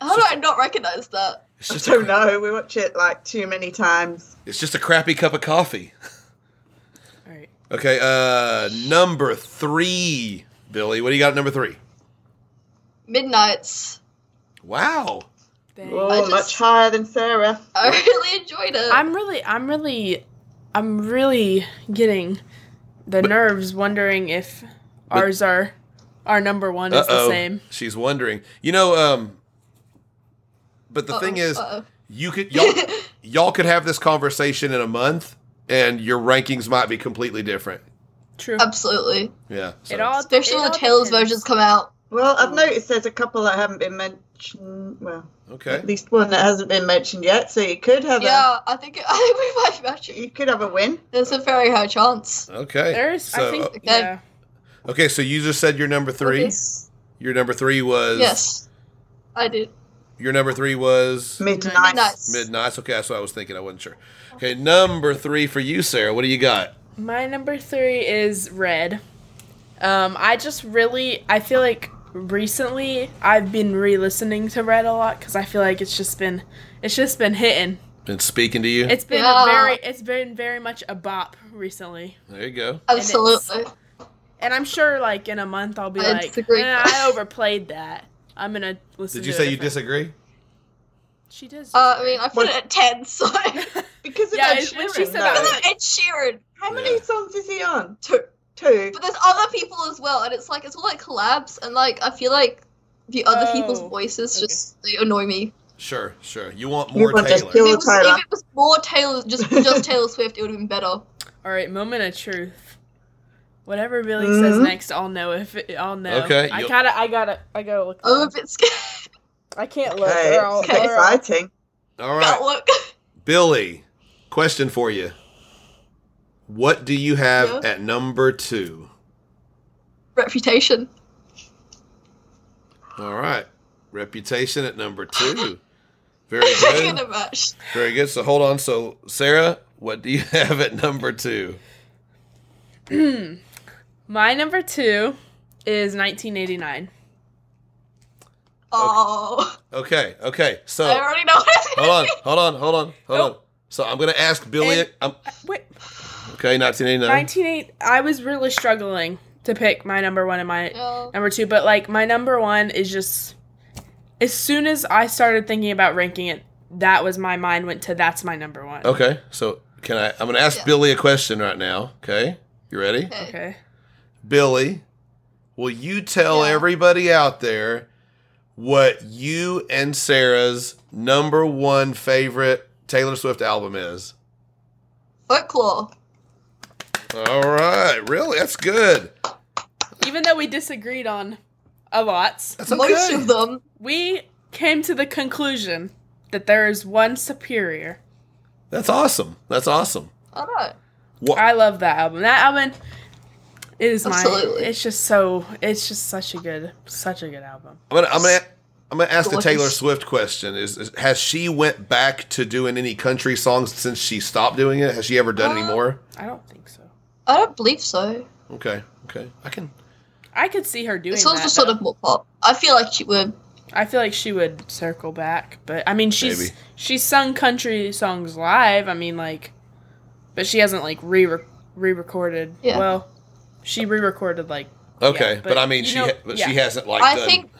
Speaker 2: How do I not recognize that?
Speaker 1: It's
Speaker 3: I
Speaker 1: just, a,
Speaker 3: don't
Speaker 1: cra-
Speaker 3: know. Oh, We watch it like too many times.
Speaker 1: it's just a crappy cup of coffee.
Speaker 4: All right.
Speaker 1: Okay, uh, number three, Billy. What do you got at number three?
Speaker 2: Midnight's.
Speaker 1: Wow.
Speaker 4: Dang.
Speaker 3: Oh,
Speaker 2: I just-
Speaker 3: much higher than Sarah.
Speaker 2: I really enjoyed it.
Speaker 4: I'm really I'm really I'm really getting the
Speaker 1: But-
Speaker 4: nerves wondering if ours are our number 1 is the
Speaker 1: Uh-oh.
Speaker 4: same.
Speaker 1: She's wondering. You know, um, but the
Speaker 2: Uh-oh,
Speaker 1: thing is,
Speaker 2: uh-oh.
Speaker 1: you could y'all, y'all could have this conversation in a month, and your rankings might be completely different.
Speaker 4: True.
Speaker 2: absolutely.
Speaker 1: Yeah. so-
Speaker 4: It all
Speaker 2: Especially
Speaker 4: it
Speaker 2: when
Speaker 4: all
Speaker 2: the Tails
Speaker 4: depends.
Speaker 2: versions come out.
Speaker 3: Well, I've noticed there's a couple that haven't been mentioned. Well,
Speaker 1: okay.
Speaker 3: at least one that hasn't been mentioned yet. So you could have
Speaker 2: Yeah, I think I think we might match
Speaker 3: a
Speaker 2: it.
Speaker 3: you could have a win.
Speaker 2: There's a very high chance.
Speaker 1: Okay.
Speaker 4: There's
Speaker 1: So,
Speaker 4: I think
Speaker 1: uh,
Speaker 4: yeah.
Speaker 1: Okay, so you just said your number three.
Speaker 2: Yes.
Speaker 1: Your number three was
Speaker 2: Yes. I did.
Speaker 1: Your number three was
Speaker 3: Midnight.
Speaker 2: Midnight's.
Speaker 1: midnight. Okay, that's what I was thinking. I wasn't sure. Okay, number three for you, Sarah. What do you got?
Speaker 4: My number three is red. Um, I just really, I feel like recently I've been re-listening to red a lot because I feel like it's just been, it's just been hitting.
Speaker 1: Been speaking to you.
Speaker 4: It's been
Speaker 2: Yeah.
Speaker 4: a very, it's been very much a bop recently,
Speaker 1: there you go.
Speaker 4: it's-
Speaker 2: Absolutely.
Speaker 4: and I'm sure like in a month I'll be
Speaker 2: I
Speaker 4: like,
Speaker 2: disagree.
Speaker 4: "Eh, I overplayed that. I'm gonna listen.
Speaker 1: Did you
Speaker 4: to
Speaker 1: say
Speaker 4: a
Speaker 1: you
Speaker 4: different-"
Speaker 1: disagree?
Speaker 2: Oh,
Speaker 4: She does.
Speaker 2: Uh, I mean, I put
Speaker 3: Well-
Speaker 2: it at ten, so
Speaker 3: because of
Speaker 4: Yeah,
Speaker 3: Ed
Speaker 4: it's-
Speaker 3: Sheeran.
Speaker 4: when she said
Speaker 3: though.
Speaker 4: that-
Speaker 2: Because of Ed Sheeran.
Speaker 3: How
Speaker 1: Yeah.
Speaker 3: many songs is he on? Two. Two.
Speaker 2: But there's other people as well, and it's like it's all like collabs, and like I feel like the other people's
Speaker 4: Oh,
Speaker 2: voices
Speaker 4: okay.
Speaker 2: just they annoy me.
Speaker 1: Sure, sure. You want
Speaker 3: You
Speaker 1: more
Speaker 3: want just
Speaker 1: Taylor.
Speaker 2: If
Speaker 3: pure-
Speaker 2: it,
Speaker 3: Pure
Speaker 2: was,
Speaker 3: Taylor.
Speaker 2: if it was more Taylor, just just Taylor Swift, it would have been better.
Speaker 4: All right, moment of truth. Whatever Billy says
Speaker 3: Mhm.
Speaker 4: next, I'll know if it, I'll know.
Speaker 1: Okay,
Speaker 4: I
Speaker 1: you'll-
Speaker 4: gotta, I gotta, I gotta look.
Speaker 2: I'm a
Speaker 4: down.
Speaker 2: bit scared.
Speaker 4: I can't look.
Speaker 3: Okay,
Speaker 4: Or I'll,
Speaker 3: it's a bit
Speaker 4: or I'll-
Speaker 3: exciting.
Speaker 1: All right,
Speaker 2: Can't look.
Speaker 1: Billy. Question for you. What do you have
Speaker 2: Yeah?
Speaker 1: at number two?
Speaker 2: Reputation.
Speaker 1: All right, reputation at number two. Very
Speaker 2: You're
Speaker 1: good,
Speaker 2: the best.
Speaker 1: very good. So hold on. So Sarah, what do you have at number two?
Speaker 4: My number two is 1989.
Speaker 2: Oh,
Speaker 1: Okay, okay. So
Speaker 2: I already know.
Speaker 1: hold on, hold on, hold on, hold
Speaker 4: Oh.
Speaker 1: on. So I'm gonna ask Billy.
Speaker 4: And-
Speaker 1: I'm,
Speaker 4: Wait,
Speaker 1: okay, 1989.
Speaker 4: 1980. I was really struggling to pick my number one and my
Speaker 2: Yeah.
Speaker 1: Oh.
Speaker 4: number two, but like my number one is just as soon as I started thinking about ranking it, that was my mind went to that's my number one.
Speaker 1: Okay, so can I? I'm gonna ask
Speaker 2: Yeah.
Speaker 1: Billy a question right now. Okay, you ready?
Speaker 2: Okay.
Speaker 4: Okay.
Speaker 1: Billy, will you tell
Speaker 2: Yeah.
Speaker 1: everybody out there what you and Sarah's number one favorite Taylor Swift album is?
Speaker 2: Folklore.
Speaker 1: All right, really? That's good.
Speaker 4: Even though we disagreed on a lot,
Speaker 1: That's
Speaker 2: Most of
Speaker 1: okay.
Speaker 2: them.
Speaker 4: we came to the conclusion that there is one superior.
Speaker 1: That's awesome. That's awesome.
Speaker 2: I don't know.
Speaker 1: What?
Speaker 4: I love that album. That album it is
Speaker 2: Absolutely.
Speaker 4: my it's just so it's just such a good such a good album.
Speaker 1: I'm gonna, I'm gonna, I'm gonna ask the
Speaker 2: Delicious.
Speaker 1: Taylor Swift question: Is, is has she went back to doing any country songs since she stopped doing it? Has she ever done any
Speaker 2: Uh,
Speaker 1: more?
Speaker 4: I don't think so.
Speaker 2: I don't believe so.
Speaker 1: Okay, okay, I can.
Speaker 4: I could see her doing
Speaker 2: This
Speaker 4: that.
Speaker 2: one's just sort
Speaker 4: though.
Speaker 2: of more pop. I feel like she would.
Speaker 4: I feel like she would circle back, but I mean she's
Speaker 1: Maybe.
Speaker 4: she's sung country songs live. I mean like, but she hasn't like re re recorded.
Speaker 2: Yeah.
Speaker 4: Well, she re recorded like
Speaker 1: Okay,
Speaker 4: Yeah,
Speaker 1: but,
Speaker 4: but
Speaker 1: I mean,
Speaker 4: you
Speaker 1: she
Speaker 4: know-
Speaker 1: ha- but she
Speaker 4: yeah.
Speaker 1: hasn't like.
Speaker 2: I
Speaker 1: done,
Speaker 2: think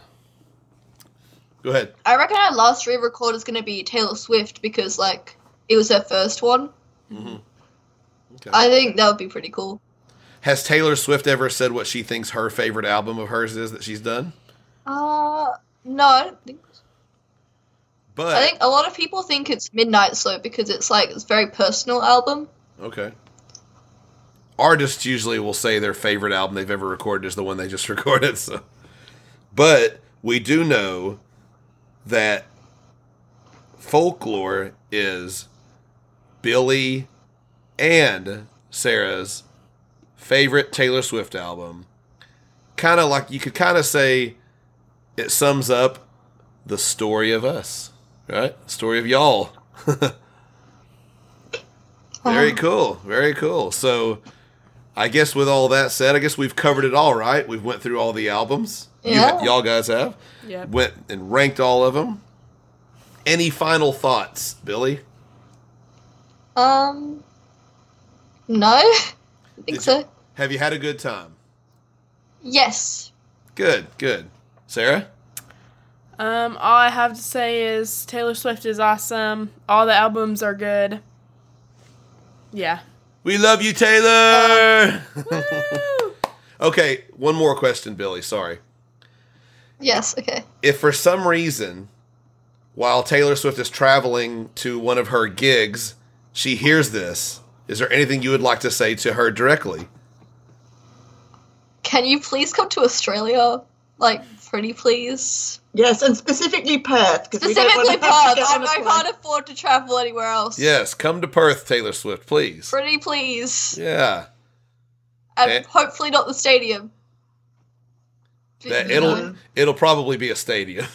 Speaker 1: Go ahead.
Speaker 2: I reckon our last re-record is going to be Taylor Swift because like it was her first one.
Speaker 1: hmm Okay.
Speaker 2: I think that would be pretty cool.
Speaker 1: Has Taylor Swift ever said what she thinks her favorite album of hers is that she's done?
Speaker 2: Uh, no, I don't think. so.
Speaker 1: But
Speaker 2: I think a lot of people think it's Midnight Slow because it's like it's a very personal album.
Speaker 1: okay. Artists usually will say their favorite album they've ever recorded is the one they just recorded. So, but we do know that folklore is Billy and Sarah's favorite Taylor Swift album. Kind of like you could kind of say it sums up the story of us, right? Story of y'all. Very
Speaker 2: Um,
Speaker 1: cool. Very cool. So, I guess with all that said, I guess we've covered it all, right? We've went through all the albums. You-
Speaker 2: Yeah.
Speaker 1: y'all guys have
Speaker 4: yeah.
Speaker 1: went and ranked all of them. Any final thoughts, Billy?
Speaker 2: Um, no, I
Speaker 1: Did you-
Speaker 2: think so.
Speaker 1: Have you had a good time?
Speaker 2: Yes.
Speaker 1: Good, good. Sarah?
Speaker 4: Um, all I have to say is Taylor Swift is awesome. All the albums are good. Yeah.
Speaker 1: We love you, Taylor!
Speaker 4: Woo!
Speaker 1: okay, one more question, Billy. Sorry.
Speaker 2: Yes. Okay.
Speaker 1: If for some reason, while Taylor Swift is traveling to one of her gigs, she hears this, is there anything you would like to say to her directly?
Speaker 2: Can you please come to Australia? Like, pretty please.
Speaker 3: Yes, and specifically Perth. 'cause we don't want
Speaker 2: Specifically
Speaker 3: to
Speaker 2: Perth. Oh
Speaker 3: have to get
Speaker 2: I,
Speaker 3: on a
Speaker 2: I
Speaker 3: plane.
Speaker 2: can't afford to travel anywhere else.
Speaker 1: Yes, come to Perth, Taylor Swift, please.
Speaker 2: Pretty please.
Speaker 1: Yeah.
Speaker 2: And
Speaker 1: Eh.
Speaker 2: hopefully not the stadium.
Speaker 1: That
Speaker 2: You
Speaker 1: it'll
Speaker 2: know,
Speaker 1: it'll probably be a stadium.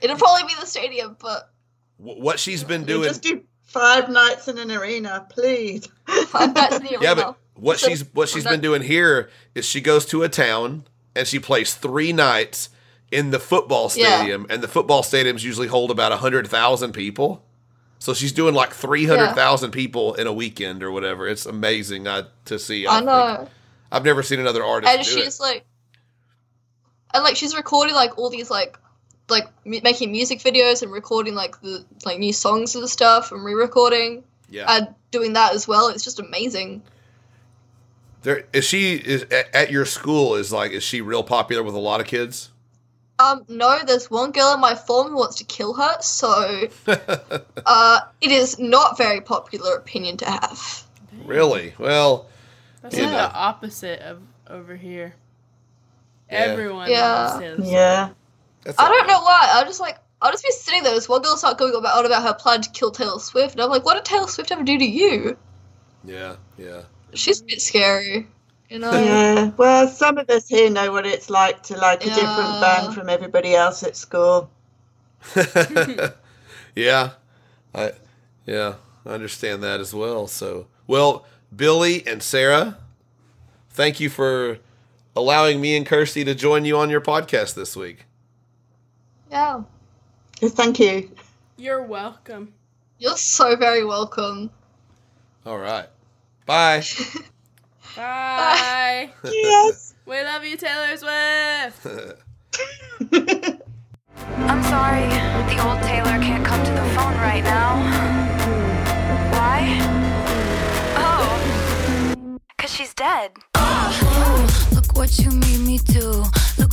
Speaker 2: it'll probably be the stadium, but
Speaker 1: Wh- What she's been
Speaker 3: You
Speaker 1: doing
Speaker 3: Just do five nights in an arena, please.
Speaker 2: I'm back to the arena.
Speaker 1: Yeah, but what
Speaker 2: So-
Speaker 1: she's what she's
Speaker 2: Not-
Speaker 1: been doing here is she goes to a town and she plays three nights in the football
Speaker 2: Yeah.
Speaker 1: stadium, and the football stadiums usually hold about hundred thousand people. So she's doing like three hundred thousand people in a weekend or whatever. It's amazing uh, to see.
Speaker 2: I
Speaker 1: think.
Speaker 2: know.
Speaker 1: I've never seen another artist
Speaker 2: And
Speaker 1: do
Speaker 2: she's
Speaker 1: it.
Speaker 2: like, and like she's recording like all these like, like m- making music videos and recording like the like new songs and stuff and re-recording.
Speaker 1: Yeah.
Speaker 2: uh, doing that as well. It's just amazing.
Speaker 1: There is she is at, at your school is like is she real popular with a lot of kids?
Speaker 2: Um, no, there's one girl in my form who wants to kill her, so uh, it is not very popular opinion to have.
Speaker 1: really? Well,
Speaker 4: That's
Speaker 1: You
Speaker 4: like
Speaker 1: know.
Speaker 4: the opposite of over here.
Speaker 1: Yeah.
Speaker 4: Everyone
Speaker 2: Yeah.
Speaker 4: loves Taylor Swift.
Speaker 3: Yeah.
Speaker 1: that's
Speaker 2: I don't
Speaker 1: okay.
Speaker 2: know why. I just like I'll just be sitting there. This one girl start going about on about her plan to kill Taylor Swift, and I'm like, what did Taylor Swift ever do to you?
Speaker 1: Yeah, yeah.
Speaker 2: She's a bit scary, you know.
Speaker 3: Yeah. Well, some of us here know what it's like to like a different
Speaker 2: Yeah.
Speaker 3: band from everybody else at school.
Speaker 1: yeah, I yeah I understand that as well. So well, Billy and Sarah, thank you for allowing me and Kirsty to join you on your podcast this week.
Speaker 2: Yeah,
Speaker 3: Thank you.
Speaker 4: You're welcome.
Speaker 2: you're so very welcome.
Speaker 1: All right, bye.
Speaker 4: Bye.
Speaker 3: yes.
Speaker 4: we love you, Taylor Swift.
Speaker 5: I'm sorry, the old Taylor can't come to the phone right now. Why? Oh, cause she's dead.
Speaker 6: Look what you made me do. Look